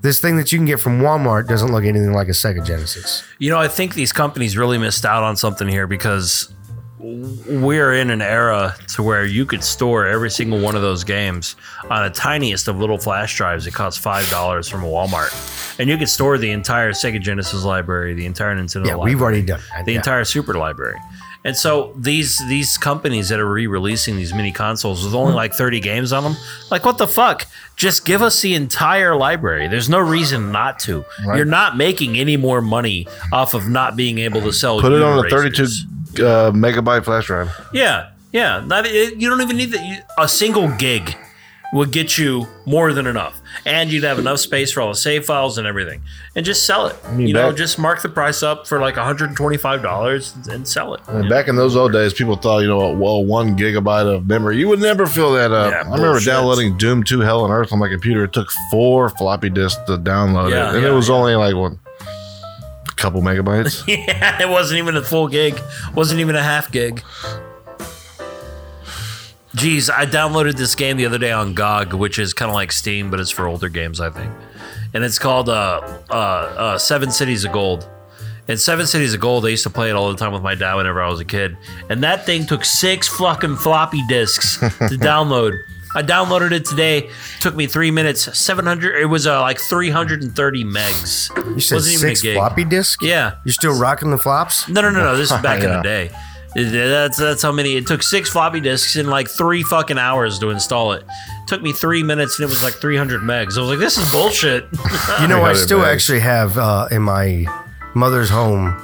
B: This thing that you can get from Walmart doesn't look anything like a Sega Genesis.
D: You know, I think these companies really missed out on something here because we're in an era to where you could store every single one of those games on a tiniest of little flash drives. It costs five dollars from Walmart, and you could store the entire Sega Genesis library, the entire Nintendo.
B: Yeah,
D: library.
B: we've already done that,
D: the
B: yeah.
D: entire Super library. And so these these companies that are re-releasing these mini consoles with
C: Hmm.
D: only like 30 games on them, like what the fuck? Just give us the entire library. There's no reason not to. You're not making any more money off of not being able to sell.
C: Put it on a
D: Euro
C: 32
D: racers.
C: uh, megabyte flash drive.
D: Yeah, yeah. Not, it, you don't even need that. you- A single gig would get you more than enough, and you'd have enough space for all the save files and everything. And just sell it. you know,
C: back-
D: just mark the price up for like 125 dollars and sell it.
C: And back in those old days, people thought, you know, well, one gigabyte of memory, you would never fill that up.
D: Yeah,
C: I remember
D: bullshit.
C: downloading Doom 2 Hell on Earth on my computer. It took four floppy disks to download
D: Yeah,
C: it. And
D: yeah,
C: it was
D: yeah.
C: only like one couple megabytes.
D: Yeah, it wasn't even a full gig. Wasn't even a half gig. Geez, I downloaded this game the other day on GOG, which is kind of like Steam, but it's for older games, I think. And it's called uh, uh, uh, Seven Cities of Gold. And Seven Cities of Gold, I used to play it all the time with my dad whenever I was a kid. And that thing took six fucking floppy disks to download. I downloaded it today. Took me three minutes. Seven hundred. It was uh, like three hundred and thirty megs.
B: You said six floppy disc.
D: Yeah.
B: you're still rocking the flops.
D: No, no, no, no. This is back in
C: Yeah.
D: the day. That's that's how many. It took six floppy disks and like three fucking hours to install it. Took me three minutes and it was like 300 megs. I was like, this is bullshit.
B: You know,
C: got
B: I
C: it
B: still
C: back.
B: actually have uh, in my mother's home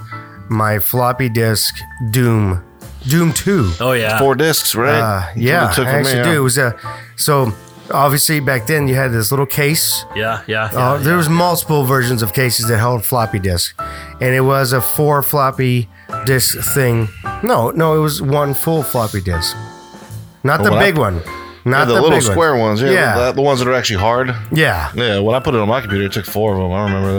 B: my floppy disk Doom, Doom Two.
D: oh yeah.
C: Four discs, right?
B: Uh,
C: That's what
B: yeah,
C: it took
B: I
C: for me,
B: actually
C: yeah.
B: do. It was a so obviously back then you had this little case.
D: yeah, yeah, yeah.
B: Uh, there was multiple versions of cases that held floppy disk, and it was a four floppy disk thing. No, no, it was one full floppy disk, not the
C: when I-
B: big one,
C: Oh, Yeah,
B: not
C: the,
B: the,
C: little
B: big one.
C: square ones. Yeah.
B: Yeah.
C: The, the ones that are actually hard.
B: Yeah,
C: Yeah. When I put it on my computer, it took four of them. I remember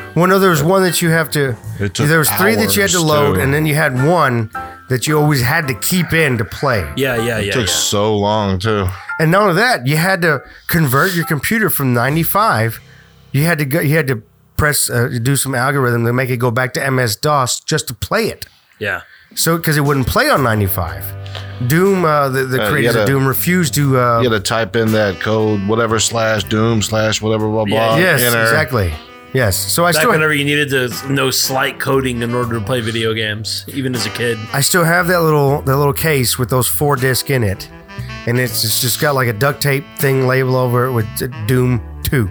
C: that.
B: Well, no, there was one that you have to.
C: It took
B: There was three that you had to
C: hours,
B: load,
C: too.
B: and then you had one that you always had to keep in to play.
D: yeah, yeah,
C: It
D: yeah.
C: took
D: yeah.
C: so long, too.
B: And none of that, you had to convert your computer from ninety five. You had to go. You had to press uh, do some algorithm to make it go back to MS DOS just to play it.
D: yeah.
B: So because it wouldn't play on ninety five. Doom, uh, the, the
C: you
B: creators
C: had
B: of
C: to-
B: Doom refused to. Uh,
C: You had to type in that code, whatever slash doom slash whatever, blah, blah.
D: Yeah.
B: yes,
C: enter.
B: exactly. Yes. So I
D: Back
B: still
D: whenever you needed to know slight coding in order to play video games, even as a kid.
B: I still have that little that little case with those four discs in it, and it's, it's just got like a duct tape thing label over it with Doom Two.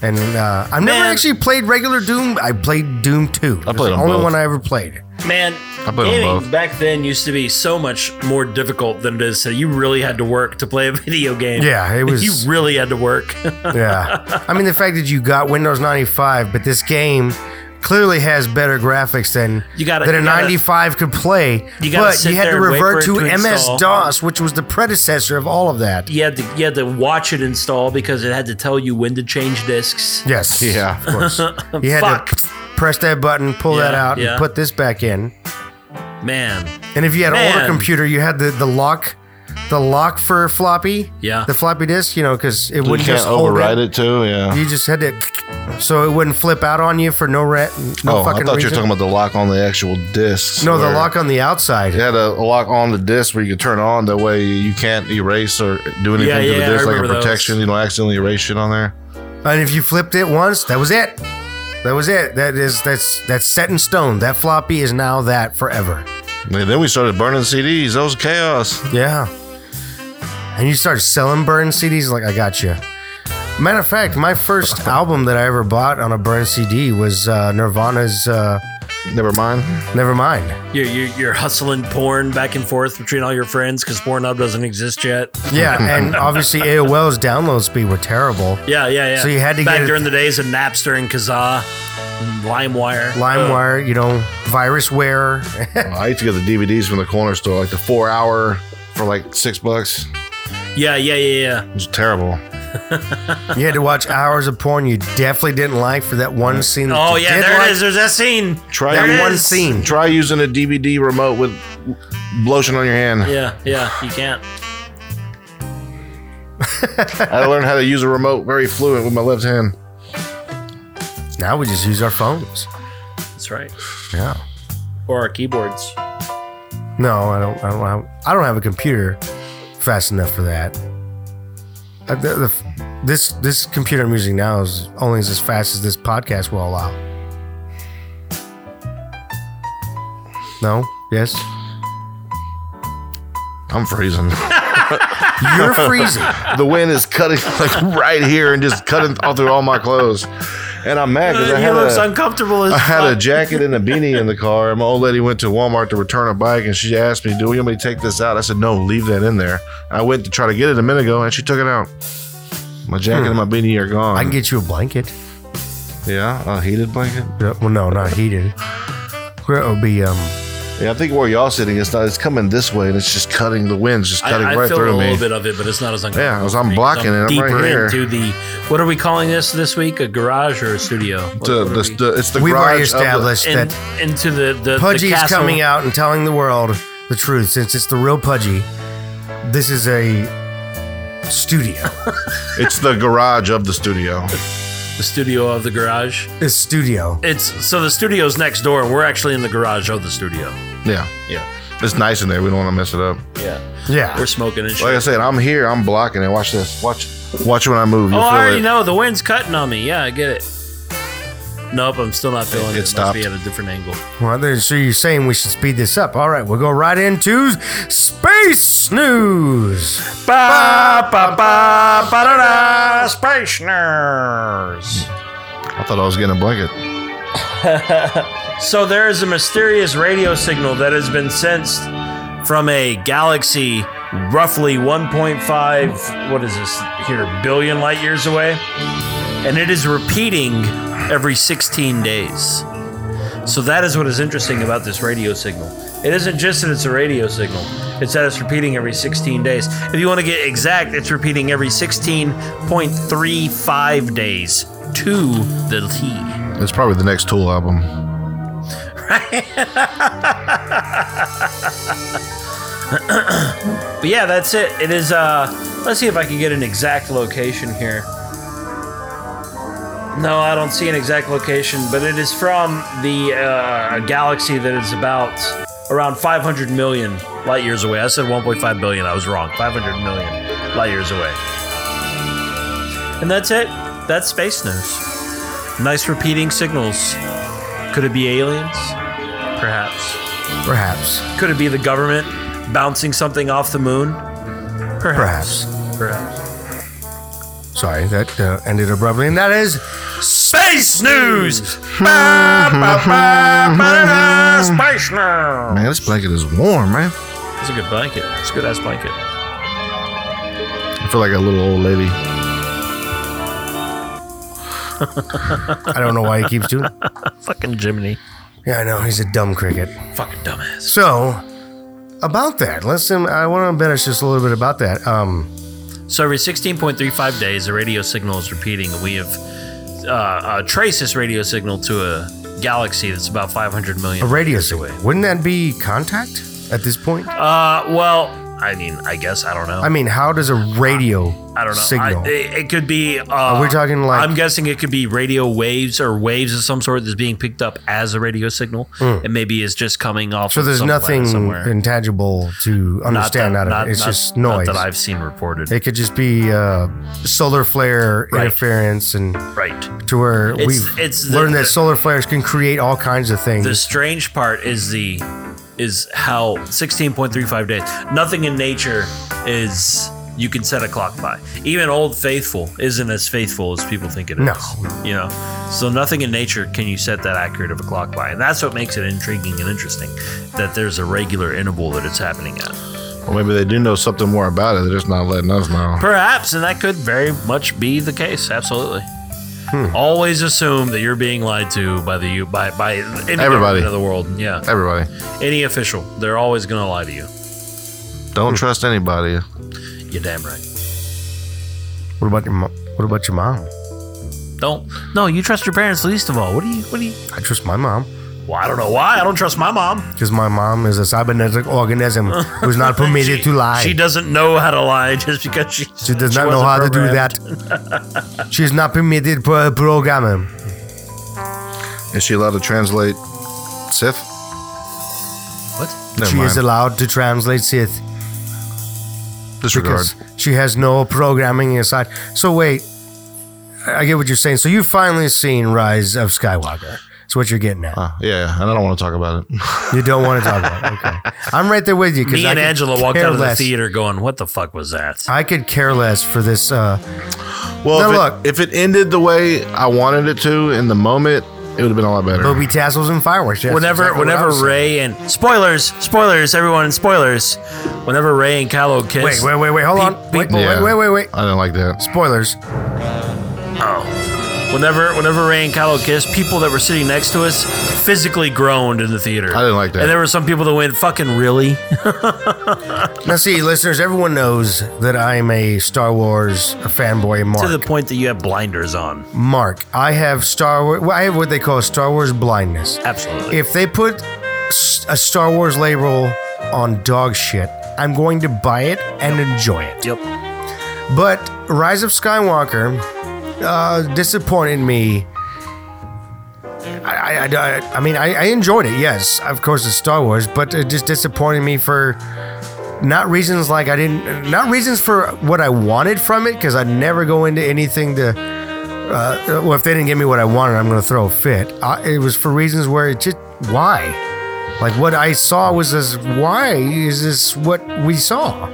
B: And uh, I've never
D: Man.
B: actually played regular Doom. I played Doom Two. I the
C: played them
B: only
C: both.
B: one I ever played.
D: Man,
C: played them
D: gaming
C: both.
D: back then used to be so much more difficult than it is. So you really had to work to play a video game.
B: Yeah, it was.
D: You really had to work.
B: yeah, I mean the fact that you got Windows ninety five, but this game clearly has better graphics than
D: You gotta-
B: that a
D: you gotta-
B: 95 could play.
D: You gotta
B: but
D: sit
B: you had to
D: there and wait
B: revert
D: for it
B: to
D: to
B: MS
D: install.
B: DOS, which was the predecessor of all of that.
D: You had to you had to watch it install because it had to tell you when to change discs.
B: Yes.
C: Yeah, of course.
B: You had
D: Fuck.
B: to p- press that button, pull that
D: Yeah,
B: out,
D: yeah.
B: and put this back in.
D: Man,
B: And if you had an older
D: Man.
B: computer, you had the, the lock, the lock for floppy,
D: Yeah.
B: the floppy disk, you know, because it
C: you
B: wouldn't
C: can't
B: just hold
C: override
B: it.
C: it too. Yeah.
B: You just had to, so it wouldn't flip out on you for no rat, no
C: oh, I
B: fucking
C: thought you
B: reason.
C: were talking about the lock on the actual discs.
B: no, the
C: where
B: lock on the outside.
C: It had a lock on the disc where you could turn on. That way you can't erase or do anything
D: Yeah,
C: to
D: yeah, I
C: the disc, like a
D: remember those.
C: protection. You don't accidentally erase shit on there.
B: And if you flipped it once, that was it. That was it. That is that's that's set in stone. That floppy is now that forever.
C: And then we started burning CDs. That was chaos.
B: Yeah. And you start selling burned CDs like I got you. Matter of fact, my first album that I ever bought on a burned CD was uh, Nirvana's uh,
C: Never mind.
B: Nevermind.
D: you're, you're you're hustling porn back and forth between all your friends because Pornhub doesn't exist yet.
B: Yeah, and obviously AOL's download speed were terrible.
D: Yeah, yeah, yeah.
B: So you had to
D: back
B: get it-
D: during the days of Napster and Kazaa, and LimeWire,
B: LimeWire, you know, VirusWare.
C: I used to get the DVDs from the corner store, like the four hour for like six bucks.
D: Yeah, yeah, yeah, yeah.
C: It was terrible.
B: you had to watch hours of porn you definitely didn't like for that one scene. that
D: Oh
B: you
D: yeah,
B: did
D: there
B: like.
D: it is. There's that scene.
C: Try
D: There
B: That
D: it
B: one
D: is.
B: scene.
C: Try using a DVD remote with lotion on your hand.
D: Yeah, yeah. You can't.
C: I learned how to use a remote very fluent with my left hand.
B: Now we just use our phones.
D: That's right.
B: Yeah.
D: Or our keyboards.
B: No, I don't. I don't have. I don't have a computer fast enough for that. I, the, the, this this computer I'm using now is only as fast as this podcast will allow. No. Yes.
C: I'm freezing.
B: You're freezing.
C: the wind is cutting like right here and just cutting all through all my clothes. And I'm mad
A: Uh,
C: because I
D: he
C: had
D: looks
C: a,
D: uncomfortable as
C: I had a
D: fuck.
C: jacket and a beanie in the car, and my old lady went to Walmart to return a bike, and she asked me, "Do you want me to take this out?" I said, "No, leave that in there." I went to try to get it a minute ago, and she took it out. My jacket and
D: Hmm.
C: my beanie are gone.
B: I can get you a blanket.
C: yeah, a heated blanket.
B: Yeah, Well, no, not heated. Where it'll be um.
C: Yeah, I think where y'all sitting, it's not. It's coming this way, and it's just cutting the winds, just cutting
D: I, I
C: right
D: feel a
C: through
D: little
C: me.
D: bit of it, but it's not as uncomfortable.
C: Yeah, 'cause
D: for
C: I'm
D: me,
C: blocking it. I'm right
D: deeper
C: here.
D: into the what are we calling this this week? A garage or a studio? What-
C: The-
D: what are
C: the-
D: we-
C: the- it's the
B: We've
C: garage
B: already
C: of the-
B: established
D: in-
B: that
D: into the the the
B: Pudgy is
D: castle.
B: coming out and telling the world the truth. Since it's the real Pudgy, this is a studio.
C: it's the garage of the studio.
D: The studio of the garage.
B: It's studio.
D: It's so the studio's next door, and we're actually in the garage of the studio.
C: Yeah, yeah. It's nice in there. We don't want to mess it up.
B: Yeah.
D: We're smoking and shit.
C: Like I said, I'm here. I'm blocking it. Watch this. Watch. Watch when I move.
D: oh,
C: You'll
D: I
C: feel
D: already
C: it.
D: know the wind's cutting on me. Yeah, I get it. Nope, I'm still not feeling
C: It
D: it. It must
C: stopped.
D: be at a different angle.
B: Well, then, so you're saying we should speed this up. All right, we'll go right into space news.
D: Ba ba ba ba da da. Space nerds.
C: I thought I was getting a blanket.
D: So there is a mysterious radio signal that has been sensed from a galaxy roughly 1.5 what is this here billion light years away and it is repeating every 16 days. So that is what is interesting about this radio signal. It isn't just that it's a radio signal. It's that it's repeating every 16 days. If you want to get exact, it's repeating every 16.35 days to the T.
C: It's probably the next Tool album.
D: But yeah, that's it. It is. uh Let's see if I can get an exact location here. No, I don't see an exact location, but it is from the uh, galaxy that is about around 500 million light years away. I said 1.5 billion. I was wrong. 500 million light years away. And that's it. That's space news. Nice repeating signals. Could it be aliens? Perhaps.
B: Perhaps.
D: Could it be the government bouncing something off the moon?
B: Perhaps.
D: Perhaps.
B: Sorry, that uh, ended abruptly. And that is
D: Space news! Ba, ba, ba, ba, da, da, Space news!
C: Man, this blanket is warm, man.
D: It's a good blanket. It's a good ass blanket.
C: I feel like a little old lady.
B: I don't know why he keeps doing. it.
D: Fucking Jiminy.
B: Yeah, I know he's a dumb cricket.
D: Fucking dumbass.
B: So about that, let's. um, I want to embellish just a little bit about that. Um,
D: So every 16.35 days, a radio signal is repeating, and we have uh, uh, traced this radio signal to a galaxy that's about 500 million
B: a radio
D: years
B: signal. Wouldn't that be contact at this point?
D: Uh, well, I mean, I guess I don't know.
B: I mean, how does a radio
D: I don't know.
B: signal?
D: I, it, it could be. Uh,
B: we talking like-
D: I'm guessing it could be radio waves or waves of some sort that's being picked up as a radio signal, and maybe it's just coming off.
B: Hmm. so
D: of
B: there's
D: some planet
B: nothing
D: somewhere.
B: intangible to
D: Not
B: understand
D: that-
B: out of
D: not-
B: it. It's
D: not-
B: just
D: not
B: noise.
D: that I've seen reported.
B: it could just be uh, solar flare
D: Right.
B: interference, and
D: right.
B: to where
D: It's-
B: we've
D: it's the-
B: learned that
D: the-
B: solar flares can create all kinds of things.
D: The strange part is the is how 16.35 days. Nothing in nature is you can set a clock by. Even Old Faithful isn't as faithful as people think it is.
B: No.
D: You know, so nothing in nature can you set that accurate of a clock by, and that's what makes it intriguing and interesting that there's a regular interval that it's happening at.
C: Well, maybe they do know something more about it. They're just not letting us know.
D: Perhaps, and that could very much be the case. Absolutely. Always assume that you're being lied to by the by by any
C: Everybody.
D: government of the world. Yeah.
C: Everybody,
D: Any official, they're always going to lie to you.
C: don't trust anybody.
D: You're damn right.
B: what about your mom? What about your mom?
D: Don't. No, you trust your parents least of all. What do you? What do you?
B: I trust my mom
D: Well, I don't know why. I don't trust my mom.
B: because my mom is a cybernetic organism who's not permitted
D: She-
B: to lie.
D: She doesn't know how to lie just because she.
B: She does not know
D: wasn't
B: how to do
D: programmed.
B: that. she is not permitted pro- programming.
C: Is she allowed to translate Sith?
D: What?
C: Never
B: she
C: mind.
B: is allowed to translate Sith
C: Disregard.
B: because she has no programming inside. So wait, I I get what you're saying. So you've finally seen Rise of Skywalker. That's what you're getting at.
C: Ah, yeah, yeah, and I don't want to talk about it.
B: You don't want to talk about. it. Okay, I'm right there with you. 'cause
D: Me
B: I
D: and
B: could
D: Angela walked
B: care
D: out of the
B: less.
D: theater going, "What the fuck was that?"
B: I could care less for this. Uh,
C: Well,
B: Now
C: if,
B: look.
C: It, if it ended the way I wanted it to in the moment, it would have been a lot better.
B: There'll be tassels and fireworks. That's
D: whenever,
B: exactly what I
D: whenever
B: was saying.
D: Ray and spoilers, spoilers, everyone, spoilers. Whenever Ray and Kylo kiss,
B: Wait, wait, wait, wait. Hold
D: Pe-
B: on. Wait,
D: people-
B: wait, wait, wait, wait.
C: I didn't like that.
B: Spoilers.
D: Whenever, whenever Ray and Kylo kissed, people that were sitting next to us physically groaned in the theater.
C: I didn't like that.
D: And there were some people that went, "Fucking really?"
B: Now, see, listeners, everyone knows that I'm a Star Wars fanboy. Mark,
D: to the point that you have blinders on.
B: Mark, I have Star Wars. Well, I have what they call Star Wars blindness.
D: Absolutely.
B: If they put s- a Star Wars label on dog shit, I'm going to buy it and enjoy it.
D: yep.
B: But Rise of Skywalker uh, disappointed me. I, I, I, I mean, I, I enjoyed it, yes. Of course, it's Star Wars, but it just disappointed me for not reasons like I didn't, not reasons for what I wanted from it, because I'd never go into anything to. Uh, well, if they didn't give me what I wanted, I'm going to throw a fit. I, it was for reasons where it just, why? Like what I saw was this, why is this what we saw?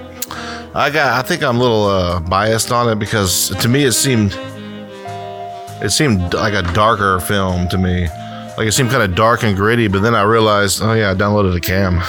C: I got. I think I'm a little uh, biased on it because to me it seemed, it seemed like a darker film to me. Like it seemed kind of dark and gritty, but then I realized, oh yeah, I downloaded a cam,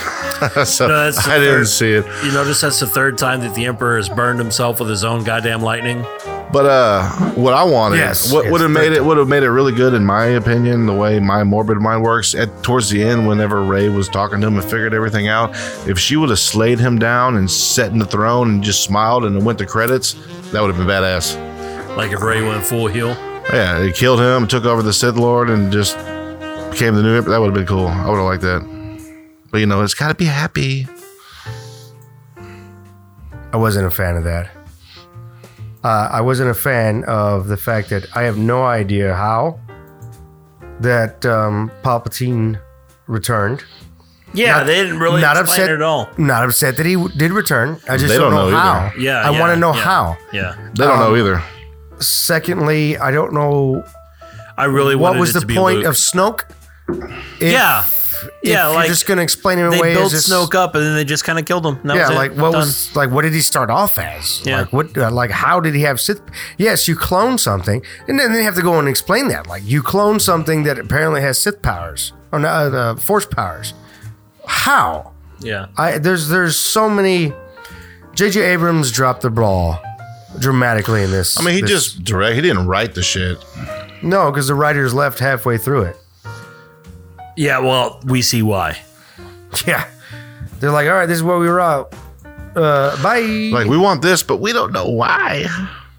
C: so
D: No, that's the
C: I didn't
D: third-
C: see it.
D: You notice that's the third time that the Emperor has burned himself with his own goddamn lightning.
C: But uh, what I wanted,
B: Yes,
C: what
B: yes,
C: would have
B: very
C: made it would have made it really good in my opinion, the way my morbid mind works. At towards the end, whenever Ray was talking to him and figured everything out, if she would have slayed him down and sat in the throne and just smiled and it went to credits, that would have been badass.
D: Like if Ray went full heel.
C: Yeah, it killed him, took over the Sith Lord, and just became the new. That would have been cool. I would have liked that. But you know, it's got to be happy.
B: I wasn't a fan of that. Uh, I wasn't a fan of the fact that I have no idea how that um, Palpatine returned.
D: Yeah,
B: Not-
D: they didn't really
B: not
D: explain
B: upset
D: it at all.
B: Not upset that he w- did return. I just
C: They
B: don't,
C: don't
B: know,
C: know
B: how.
C: either.
D: Yeah,
B: I
D: yeah,
B: want to know
D: yeah,
B: how.
D: Yeah,
C: They don't know either.
B: Secondly, I don't know
D: I really
B: what
D: wanted
B: was
D: it
B: the
D: to be
B: point
D: Luke.
B: of Snoke. If,
D: Yeah.
B: if
D: Yeah,
B: you're
D: like,
B: just going to explain him
D: They
B: away
D: built
B: as just,
D: Snoke up and then they just kind of killed him. And that
B: yeah,
D: was it.
B: like what
D: Done.
B: was like what did he start off as?
D: Yeah.
B: Like what uh, like how did he have Sith? Yes, you clone something, and then they have to go and explain that. Like you clone something that apparently has Sith powers or no, uh, the Force powers. How?
D: Yeah,
B: I there's there's so many. J.J. Abrams dropped the ball dramatically in this.
C: I mean, he
B: this-
C: just direct. He didn't write the shit.
B: No, because the writers left halfway through it.
D: Yeah, well, we see why.
B: Yeah. They're like, all right, this is where we were at. Uh, bye.
C: Like we want this, but we don't know why.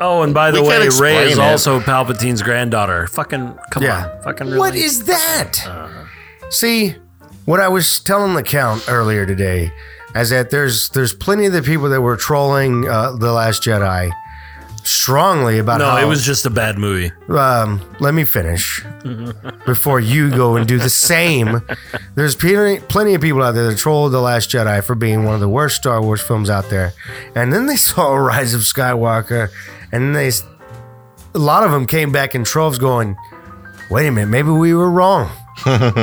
D: Oh, and by the
C: We can't
D: way, Ray is
C: explain it.
D: also Palpatine's granddaughter. Fucking come
B: Yeah.
D: on, fucking really.
B: what is that?
D: Uh-huh.
B: See, what I was telling the count earlier today is that there's there's plenty of the people that were trolling uh, the Last Jedi strongly about
D: No,
B: how
D: it was just a bad movie.
B: um, let me finish before you go and do the same. There's plenty, plenty of people out there that troll The Last Jedi for being one of the worst Star Wars films out there. And then they saw Rise of Skywalker, and they s- a lot of them came back in troves going, wait a minute, maybe we were wrong.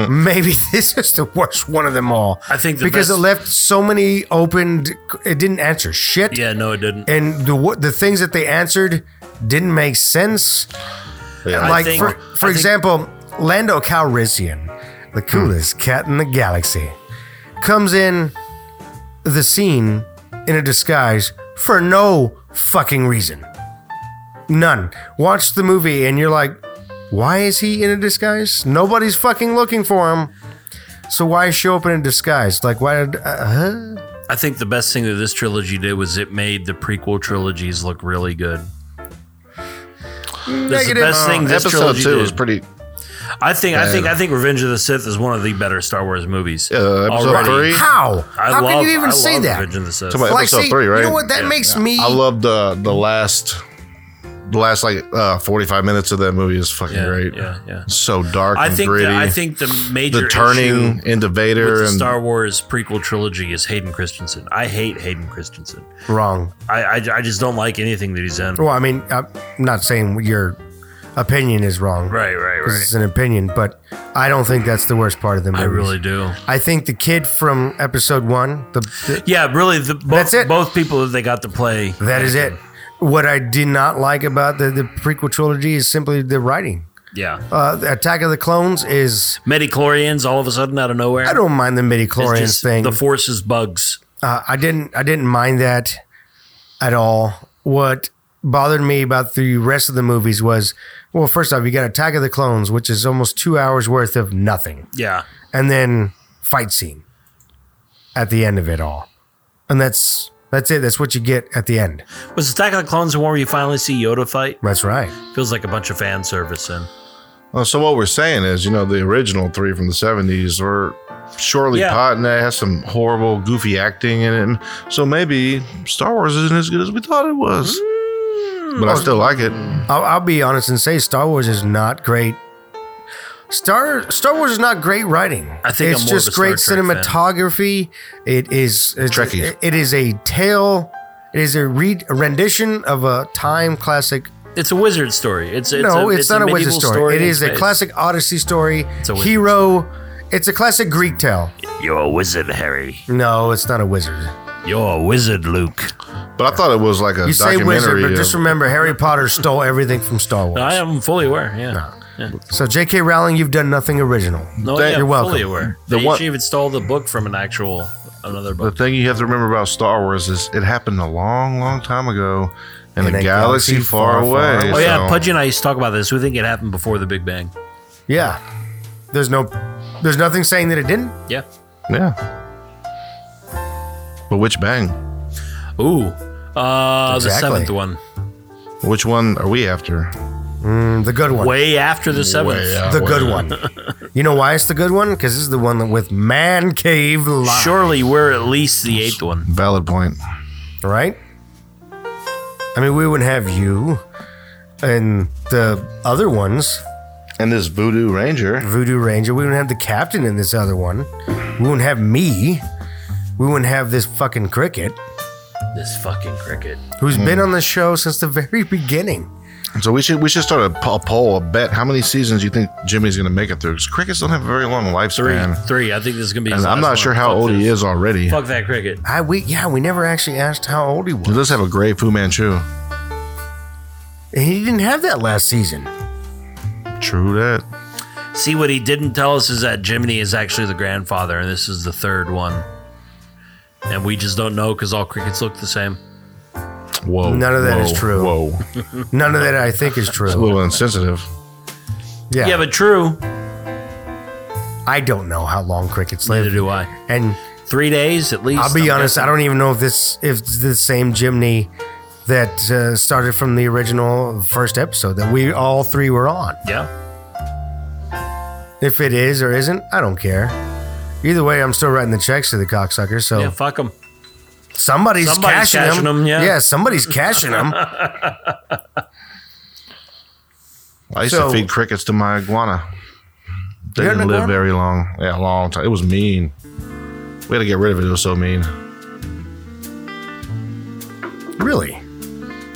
B: maybe this is the worst one of them all.
D: I think the
B: because
D: best-
B: it left so many open, it didn't answer shit
D: Yeah, no, it didn't.
B: and the wo- the things that they answered didn't make sense.
C: Yeah.
B: Like
D: think-
B: for,
D: I
B: for
D: think-
B: example, Lando Calrissian, the coolest cat in the galaxy, comes in the scene in a disguise for no fucking reason. None. Watch the movie and you're like, why is he in a disguise? Nobody's fucking looking for him. So why show up in a disguise? Like why? Did, uh, huh?
D: I think the best thing that this trilogy did was it made the prequel trilogies look really good. That's the
B: Negative.
D: best thing this
C: uh, Episode
D: trilogy
C: two
D: did.
C: was pretty.
D: I think I think I think Revenge of the Sith is one of the better Star Wars movies.
C: Uh, episode three.
D: already.
B: How?
D: I
B: How
D: love,
B: can you even
D: I
B: say
D: love
B: that?
D: Revenge of the Sith.
C: Somebody-
B: like,
C: Episode
B: see,
C: three,
B: You
C: right?
B: know what? That
D: Yeah.
B: makes me.
C: I love the the last the last like uh, forty five minutes of that movie is fucking
D: yeah,
C: great.
D: yeah, yeah.
C: So dark
D: I
C: and
D: think
C: gritty.
D: the, I think the major
C: the turning
D: issue
C: into
D: with
C: Vader
D: the
C: and
D: Star Wars prequel trilogy is Hayden Christensen. I hate Hayden Christensen.
B: wrong.
D: I, I, I just don't like anything that he's in.
B: Well, I mean, I'm not saying your opinion is wrong.
D: Right, right,
B: 'Cause
D: right.
B: It's an opinion, but I don't think that's the worst part of the movie.
D: I really do.
B: I think the kid from episode one, the, the-
D: Yeah, really. The, both,
B: That's it.
D: Both people that they got to play.
B: that is it. What I did not like about the, the prequel trilogy is simply the writing.
D: Yeah.
B: Uh, the Attack of the Clones is.
D: Medichlorians all of a sudden out of nowhere.
B: I don't mind the midi
D: It's
B: chlorians
D: just
B: thing.
D: The Force is bugs.
B: Uh, I didn't I didn't mind that at all. What bothered me about the rest of the movies was well, first off, you got Attack of the Clones, which is almost two hours worth of nothing,
D: Yeah.
B: and then fight scene at the end of it all, and that's that's it. That's what you get at the end.
D: Was Attack of the Clones the one where you finally see Yoda fight?
B: That's right.
D: Feels like a bunch of fan service. And
C: Well, so what we're saying is, you know, the original three from the seventies were surely
D: Yeah.
C: pot and that has some horrible, goofy acting in it. And so maybe Star Wars isn't as good as we thought it was.
B: Mm.
C: But I still like it.
B: I'll, I'll be honest and say Star Wars is not great. Star Star Wars is not great writing.
D: I think
B: it's
D: I'm more of
B: just
D: a Star
B: great
D: Trek fan.
B: cinematography. It is it's,
C: Trekkie.
B: it is a tale. It is a, re- a rendition of a time classic.
D: it's a wizard story. It's, it's
B: no,
D: a,
B: it's, not a, wizard
D: medieval
B: story. It
D: in
B: is a
D: space.
B: classic Odyssey story.
D: a wizard
B: hero. It's a classic Greek tale.
D: You're a wizard, Harry.
B: No, it's not a wizard.
D: You're a wizard, Luke.
C: But I thought it was like a
B: You say
C: documentary.
B: wizard, but just
C: of-
B: remember Harry Potter stole everything from Star Wars.
D: I am fully aware. Yeah.
B: so J.K. Rowling, you've done nothing original.
D: No,
C: Thank-
D: yeah,
B: you're welcome.
D: fully aware.
C: The
D: they
C: one-
D: she even stole the book from an actual another
C: the
D: book.
C: thing you have to remember about Star Wars is it happened a long, long time ago in,
B: In
C: a,
B: a
C: galaxy,
B: galaxy far,
C: far,
B: far
C: away.
B: away.
D: Oh yeah,
C: so-
D: Pudge and I used to talk about this. We think it happened before the Big Bang.
B: Yeah. There's no there's nothing saying that it didn't.
D: Yeah.
C: Yeah. But which bang?
D: Ooh. Uh, the
B: Exactly.
D: seventh one.
C: Which one are we after?
B: Mm, the good one.
D: Way after the seventh.
B: the good one. You know why it's the good one? Because this is the one with man cave live.
D: Surely we're at least the eighth one.
C: Valid point.
B: Right? I mean, we wouldn't have you and the other ones,
C: And this voodoo ranger.
B: Voodoo Ranger. We wouldn't have the captain in this other one. We wouldn't have me. We wouldn't have this fucking cricket
D: This fucking cricket.
B: who's been on the show since the very beginning.
C: So we should we should start a, po- a poll, a bet. How many seasons do you think Jimmy's going to make it through? Because crickets don't have a very long
D: Three.
C: lifespan,
D: Three. I think this is gonna be. his
C: and I'm
D: last
C: not
D: one.
C: sure how
D: Fuck
C: old he
D: this.
C: is already.
D: Fuck that cricket.
B: I we yeah we never actually asked how old he was.
C: He does have a gray Fu Manchu.
B: And he didn't have that last season.
C: True that.
D: See what he didn't tell us is that Jiminy is actually the grandfather, and this is the third one. And we just don't know because all crickets look the same.
C: Whoa.
B: None of that
C: that
B: is
C: is
B: true.
C: Whoa.
B: None of that I think is
C: a
B: true.
C: little insensitive.
B: Yeah.
D: Yeah, but true.
B: I don't know how long crickets
D: Neither
B: live.
D: do I.
B: And
D: Three days at least.
B: I'll be
D: I'm
B: honest, I
D: guessing.
B: don't even know if this if it's the same chimney that uh, started from the original first episode that we all three were on.
D: Yeah.
B: If it is or isn't, I don't care. Either way, I'm still writing the checks to the cocksucker,
C: Oh.
B: so
D: Yeah. Fuck them.
B: somebody's,
D: Somebody's
B: cashing,
D: cashing
B: them.
D: 'em, yeah.
B: somebody's cashing them.
C: I used
B: So-
C: to feed crickets to my iguana. They
B: You had an
C: didn't live
B: iguana?
C: very long. Yeah, a long time. It was mean. We had to get rid of it. It was so mean.
B: Really?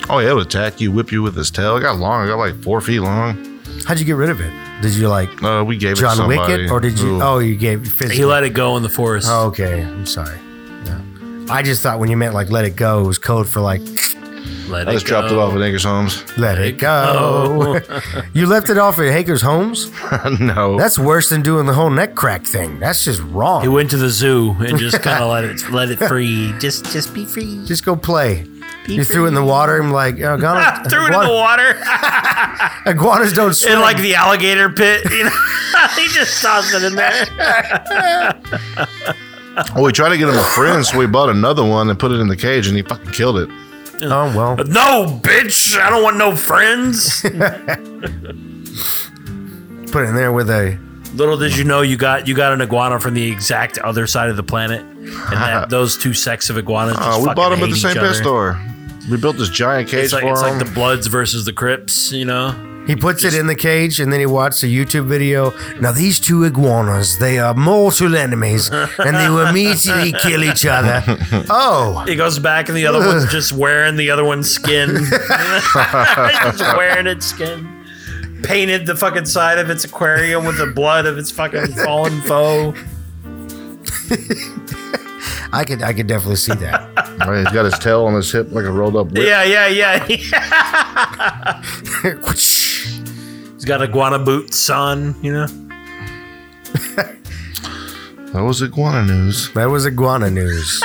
C: Oh yeah, it would attack you, whip you with its tail. It got long. It got like four feet long.
B: How'd you get rid of it? Did you like
C: Uh, we gave it to
B: John
C: somebody.
B: Wicket, or did you?
C: Ooh.
B: Oh, you gave physically.
D: He let it go in the forest.
B: Oh, okay, I'm sorry. Yeah. I just thought when you meant like let it go, it was code for like
D: let
C: I just dropped it off at Anchor's Homes.
B: let it
D: Oh.
B: go. you left it off at Hager's Homes.
C: no,
B: That's worse than doing the whole neck crack thing. That's just wrong.
D: He went to the zoo and just kind of let it let it free. Just just be free.
B: just go play. You threw it in the water. I'm like, oh, iguana,
D: Threw it in the water
B: iguanas don't swim.
D: in like the alligator pit. You know, he just tossed it in there.
C: Well, we tried to get him a friend, so we bought another one and put it in the cage, and he fucking killed it.
B: oh well,
D: No, bitch! I don't want no friends.
B: put it in there with a.
D: Little did you know, you got you got an iguana from the exact other side of the planet, and that, those two sects of iguanas. Just
C: Uh, we
D: fucking
C: bought him at
D: hate
C: the
D: each
C: same
D: other.
C: pet store. We built this giant cage
D: It's like
C: for
D: it's
C: him.
D: like the Bloods versus the Crips. You know,
B: He puts it in the cage and then he watched a YouTube video. Now these two iguanas, they are mortal enemies, and they will immediately kill each other. Oh,
D: he goes back, and the other one's just wearing the other one's skin, just wearing its skin. Painted the fucking side of its aquarium with the blood of its fucking fallen foe.
B: I could I could definitely see that.
C: Right, he's got his tail on his hip like a rolled up whip.
D: Yeah, yeah, yeah. He's got iguana boots on. You know,
C: That was iguana news.
B: that was iguana news.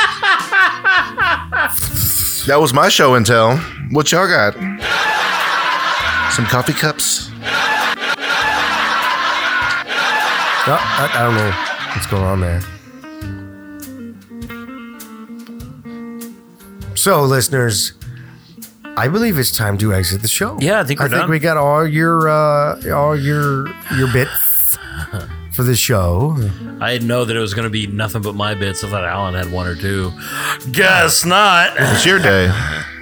C: That was my show and tell. What y'all got? Some coffee cups?
B: No, I, I don't know what's going on there. So, listeners, I believe it's time to exit the show.
D: Yeah, I think
B: I
D: we're
B: think
D: done.
B: we got all your uh, all your your bits for the show.
D: I didn't know that it was going to be nothing but my bits. I thought Alan had one or two. Guess not.
C: It's your day.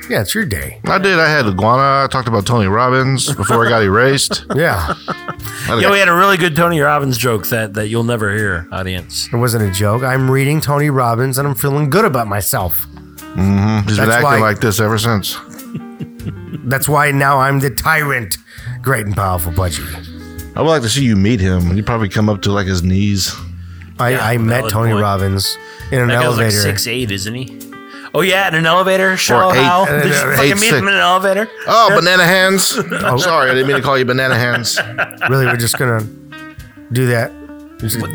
B: Yeah, it's your day.
C: I did. I had iguana. I talked about Tony Robbins before I got erased.
B: Yeah,
D: Yeah, we had a really good Tony Robbins joke that, that you'll never hear, audience.
B: it wasn't a joke. I'm reading Tony Robbins and I'm feeling good about myself.
C: He's been
B: That's
C: acting
B: why-
C: like this ever since.
B: That's why now I'm the tyrant, great and powerful budgie.
C: I would like to see you meet him. You'd probably come up to like his knees.
B: I,
D: Yeah,
B: I met
D: valid
B: Tony
D: point.
B: Robbins in an
D: That guy's like
B: elevator.
D: six eight, isn't he? Oh yeah, in an elevator. Show
C: Or eight-
D: how
C: uh,
D: did you
C: eight,
D: fucking meet
C: six.
D: him in an elevator?
C: Oh, banana hands. I'm sorry. I didn't mean to call you banana hands.
B: really, we're just gonna do that.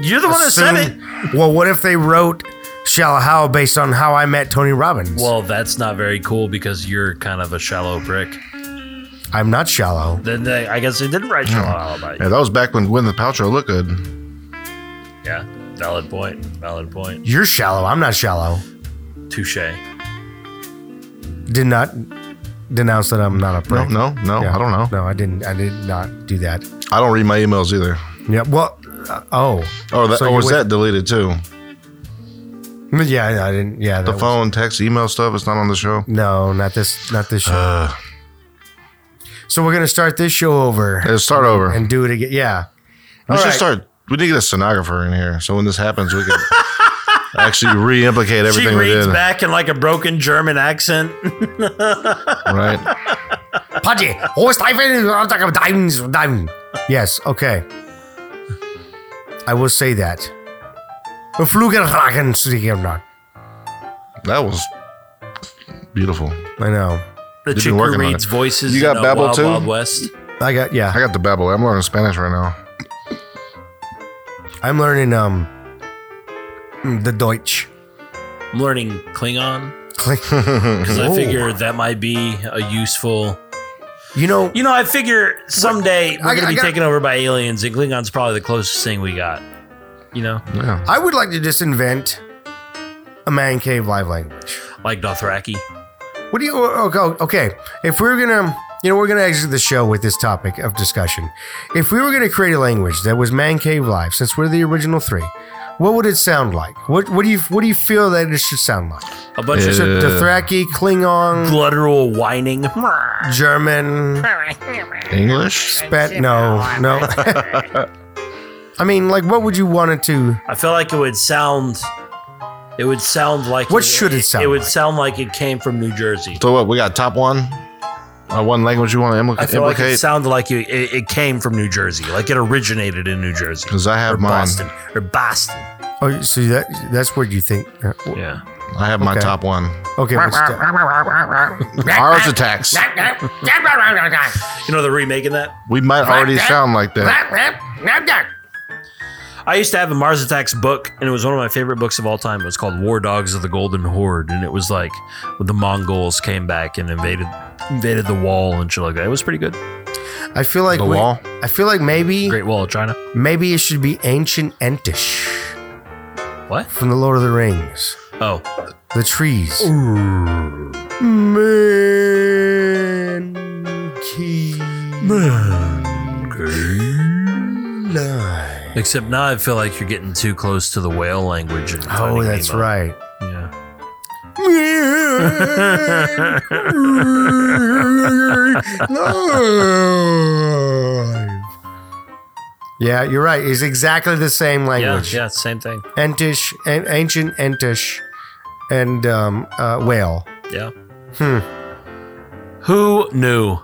D: You're the one that said it.
B: Assume- Well, what if they wrote "Shallow How" based on how I met Tony Robbins?
D: Well, that's not very cool because you're kind of a shallow prick.
B: I'm not shallow.
D: Then they, I guess they didn't write shallow How about
C: Yeah,
D: you.
C: that was back when Gwyneth Paltrow looked good.
D: Yeah, valid point. Valid point.
B: You're shallow. I'm not shallow.
D: Touche.
B: Did not denounce that I'm not a
C: No,
B: prick.
C: no, no.
B: Yeah.
C: I don't know.
B: No, I didn't. I did not do that.
C: I don't read my emails either.
B: Yeah. Well. uh, oh.
C: Oh, that,
B: So
C: or
B: you
C: was
B: would-
C: that deleted too?
B: Yeah. I didn't. Yeah. that
C: The
B: was-
C: phone, text, email stuff. It's not on the show.
B: No, not this. Not this show.
C: Uh.
B: so we're gonna start this show over
C: Let's start over.
B: and do it again. Yeah.
C: we
B: All
C: should
B: right.
C: start. We need to get a stenographer in here, so when this happens, we can actually re-implicate
D: She
C: everything we
D: reads
C: did.
D: back in like a broken German accent.
C: Right?
B: Pudgy. Horse diamond. Diamond. Yes. Okay. I will say that. Flugeragen Siegerna.
C: That was beautiful.
B: I know.
D: The
C: been
D: chick who
C: working on
D: reads
C: it.
D: voices.
C: You got
D: in, uh,
C: Babel
D: Wild,
C: too?
D: Wild West.
B: I got
C: I
B: yeah.
C: got the babble. I'm learning Spanish right now.
B: I'm learning um the Deutsch.
D: I'm learning Klingon because I figure that might be a useful
B: You know,
D: You know, I figure someday we're
B: I-
D: going
B: I
D: to be
B: gotta-
D: taken over by aliens, and Klingon's probably the closest thing we got. You know,
C: Yeah.
B: I would like to just invent a man cave live language.
D: like Dothraki.
B: What do you? oh, oh, Okay, if we we're gonna, you know, we're gonna exit the show with this topic of discussion. If we were gonna create a language that was man cave live, since we're the original three, what would it sound like? What What do you What do you feel that it should sound like?
D: A bunch
C: Yeah.
B: Is it Dothraki, Klingon,
D: guttural whining.
B: German?
C: English?
B: Spat? No, no. I mean, like, what would you want it to?
D: I feel like it would sound. It would sound like.
B: What should it sound
D: It would
B: like?
D: sound like it came from New Jersey.
C: So what? We got top one. Uh, one language you want to
D: I
C: implica-
D: feel like it
C: implicate?
D: sounded like it, it, it came from New Jersey, like it originated in New Jersey
C: Because I
D: or
C: have mine.
D: Boston or Boston.
B: Oh, so that that's what you think? uh,
D: Yeah,
C: I have my
B: Okay.
C: top one.
B: Okay, what's that?
C: Ours attacks.
D: you know they're remaking that.
C: We might already sound like that.
D: I used to have a Mars Attacks book, and it was one of my favorite books of all time. It was called War Dogs of the Golden Horde, and it was like when the Mongols came back and invaded invaded the wall and shit like that. It was pretty good.
B: I feel like
C: The
B: we-
C: wall?
B: I feel like maybe
D: Great Wall of China.
B: maybe it should be ancient Entish
D: What?
B: from the Lord of the Rings.
D: Oh,
B: The trees. Man cave live.
D: except now I feel like you're getting too close to the whale language. And
B: Oh, that's right.
D: Yeah.
B: Yeah, you're right. It's exactly the same
D: Yeah,
B: language.
D: yeah, same thing.
B: Entish, an- ancient Entish, and um, uh, whale.
D: Yeah.
B: Hmm.
D: Who knew?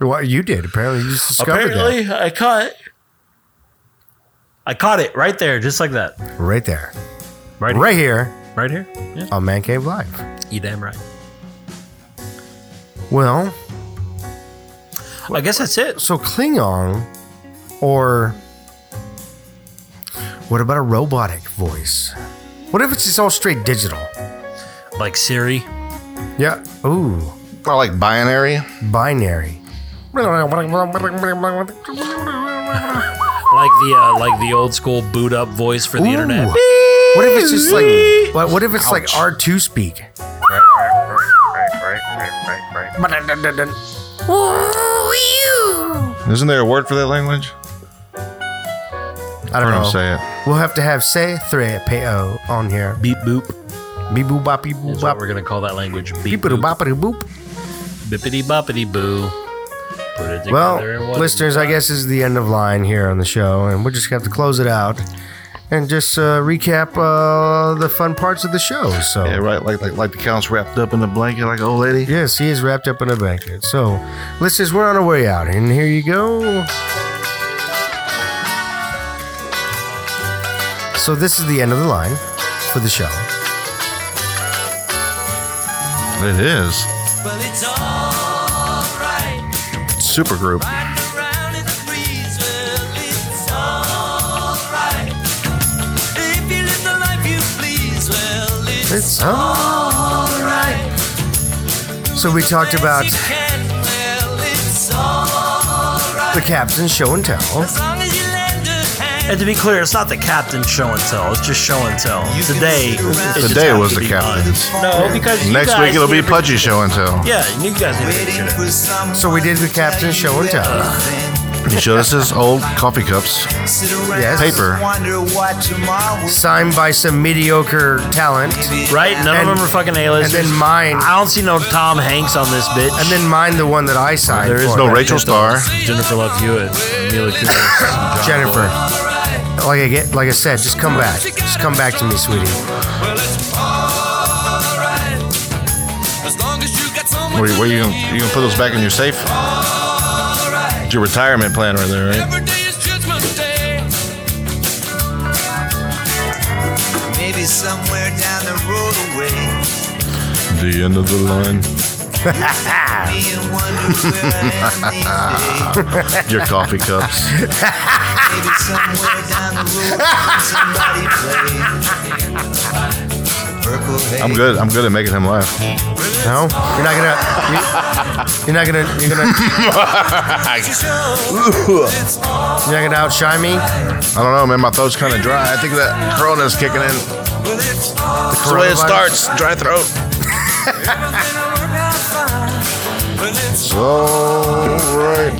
B: What you did apparently you just discovered
D: Apparently, I caught. I caught it right there, just like that.
B: that right there,
D: Right,
B: right here
D: right here. Yeah,
B: on Man Cave Live.
D: you damn right.
B: Well,
D: I guess that's it.
B: so Klingon, or what about a robotic voice? What if it's just all straight digital?
D: Like Siri.
B: Yeah. Ooh,
C: I like binary.
B: binary.
D: like the uh, like the old school boot up voice for the
B: Ooh.
D: internet.
B: What if it's just like what, what if it's like R2 speak?
C: Isn't there a word for that language?
B: I
C: I
B: don't
C: don't
B: know.
C: say it.
B: We'll have to have say thread po on here.
D: Beep boop
B: Beep boop bop beep boop
D: is what
B: bop.
D: we're gonna call that language. Beep
B: Beep boop
D: boop.
B: bop boop.
D: bippity boppity boo. Put it together
B: Well,
D: and what-
B: listeners, I guess this is the end of line here on the show, and we'll just have to close it out and just uh, recap uh, the fun parts of the show. So.
C: Yeah, right. Like like like the count's wrapped up in a blanket, like an old lady.
B: Yes, he is wrapped up in a blanket. So, listeners, we're on our way out, and here you go. So this is the end of the line for the show.
C: It is
E: Well, it's alright.
C: super group.
E: Riding around in the breeze. Well, it's alright. If you live the life you please, well, it's
B: It's huh?
E: alright.
B: So we talked about
E: You can, well, it's alright.
B: the caps and show and tell.
E: As long as you lend a hand.
D: and to be clear, it's not the captain show and tell. It's just show and tell. Today, it just
C: Today
D: happened
C: was
D: to
C: the
D: be
C: captain's.
D: us. No, because you
C: Next
D: guys
C: week it'll be
D: didn't-
C: pudgy show and tell.
D: Yeah, you guys didn't figure it out.
B: So we did the captain show and tell.
C: He showed us his old coffee cups.
B: Yes.
C: Paper.
E: Wonder what tomorrow will
B: Signed by some mediocre talent,
D: Right? None
B: And-
D: of them are fucking
B: and
D: A-listers.
B: then mine,
D: I don't see no Tom Hanks on this bitch.
B: and then mine, the one that I signed.
D: There is
B: for.
C: No Rachel Starr.
D: Jennifer Love Hewitt, Mila Kunis,
B: Jennifer. Like I get, like I said, just come back. Just come back to me, sweetie.
E: As long as you got someone
C: Where, where you gonna, you gonna put those back in your safe? It's your retirement plan right there, right?
E: Every day is judgment day. Maybe somewhere down the road away.
C: The end of the line.
E: Me and wonder where I am these days.
C: Your coffee cups.
E: Maybe somewhere down the road somebody play. purple haze.
C: I'm good. I'm good at making him laugh.
B: No, you're not gonna. You're not gonna. You're gonna.
E: It's all
B: You're not gonna outshine me.
C: I don't know, man. My throat's kind of dry. I think that Corona's kicking in.
E: well, it's all
C: That's the way it
B: Coronavirus.
C: starts. Dry throat.
E: gonna work out fine. Well, it's
C: All right.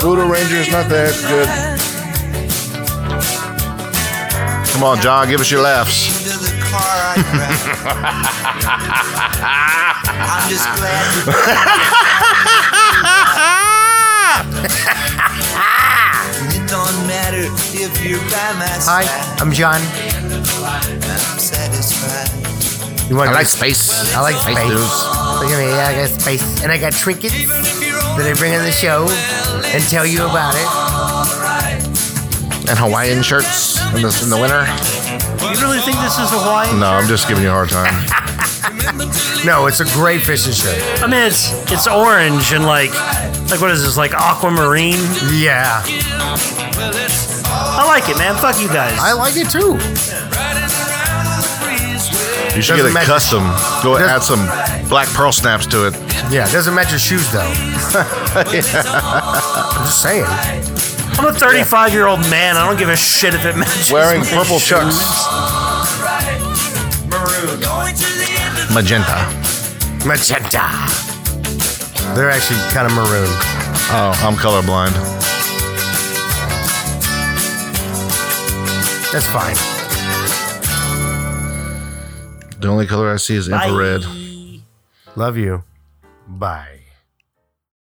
C: Voodoo Ranger's not that good. Come on, John. Give us your laughs.
E: into the car I crashed. I'm just glad it don't matter if you're by my
B: Hi,
E: side.
B: I'm John.
E: I'm satisfied.
B: You want?
C: space.
B: I like
E: Space
B: space.
C: dudes.
B: Look at me. I got space, and I got trinkets that I bring on the show and tell you about it.
C: And Hawaiian shirts in the, in the winter.
D: You really think this is Hawaii?
C: No, I'm just giving you a hard time.
B: No, it's a great fishing shirt.
D: I mean, it's it's orange and like like what is this like aquamarine?
B: Yeah,
D: I like it, man. Fuck you guys.
B: I like it too.
C: You should get
B: Doesn't
C: a
B: matter.
C: custom. Go
B: Doesn't-
C: add some black pearl snaps to it.
B: Yeah, it doesn't match your shoes though. I'm just saying.
D: I'm a 35 year old man. I don't give a shit if it matches.
C: Wearing
D: my
C: purple
D: shoes.
C: chucks.
E: Going to the end of
C: Magenta.
B: Magenta. They're actually kind of maroon.
C: Oh, I'm colorblind.
B: That's fine.
C: The only color I see is infrared.
B: Love you. Bye.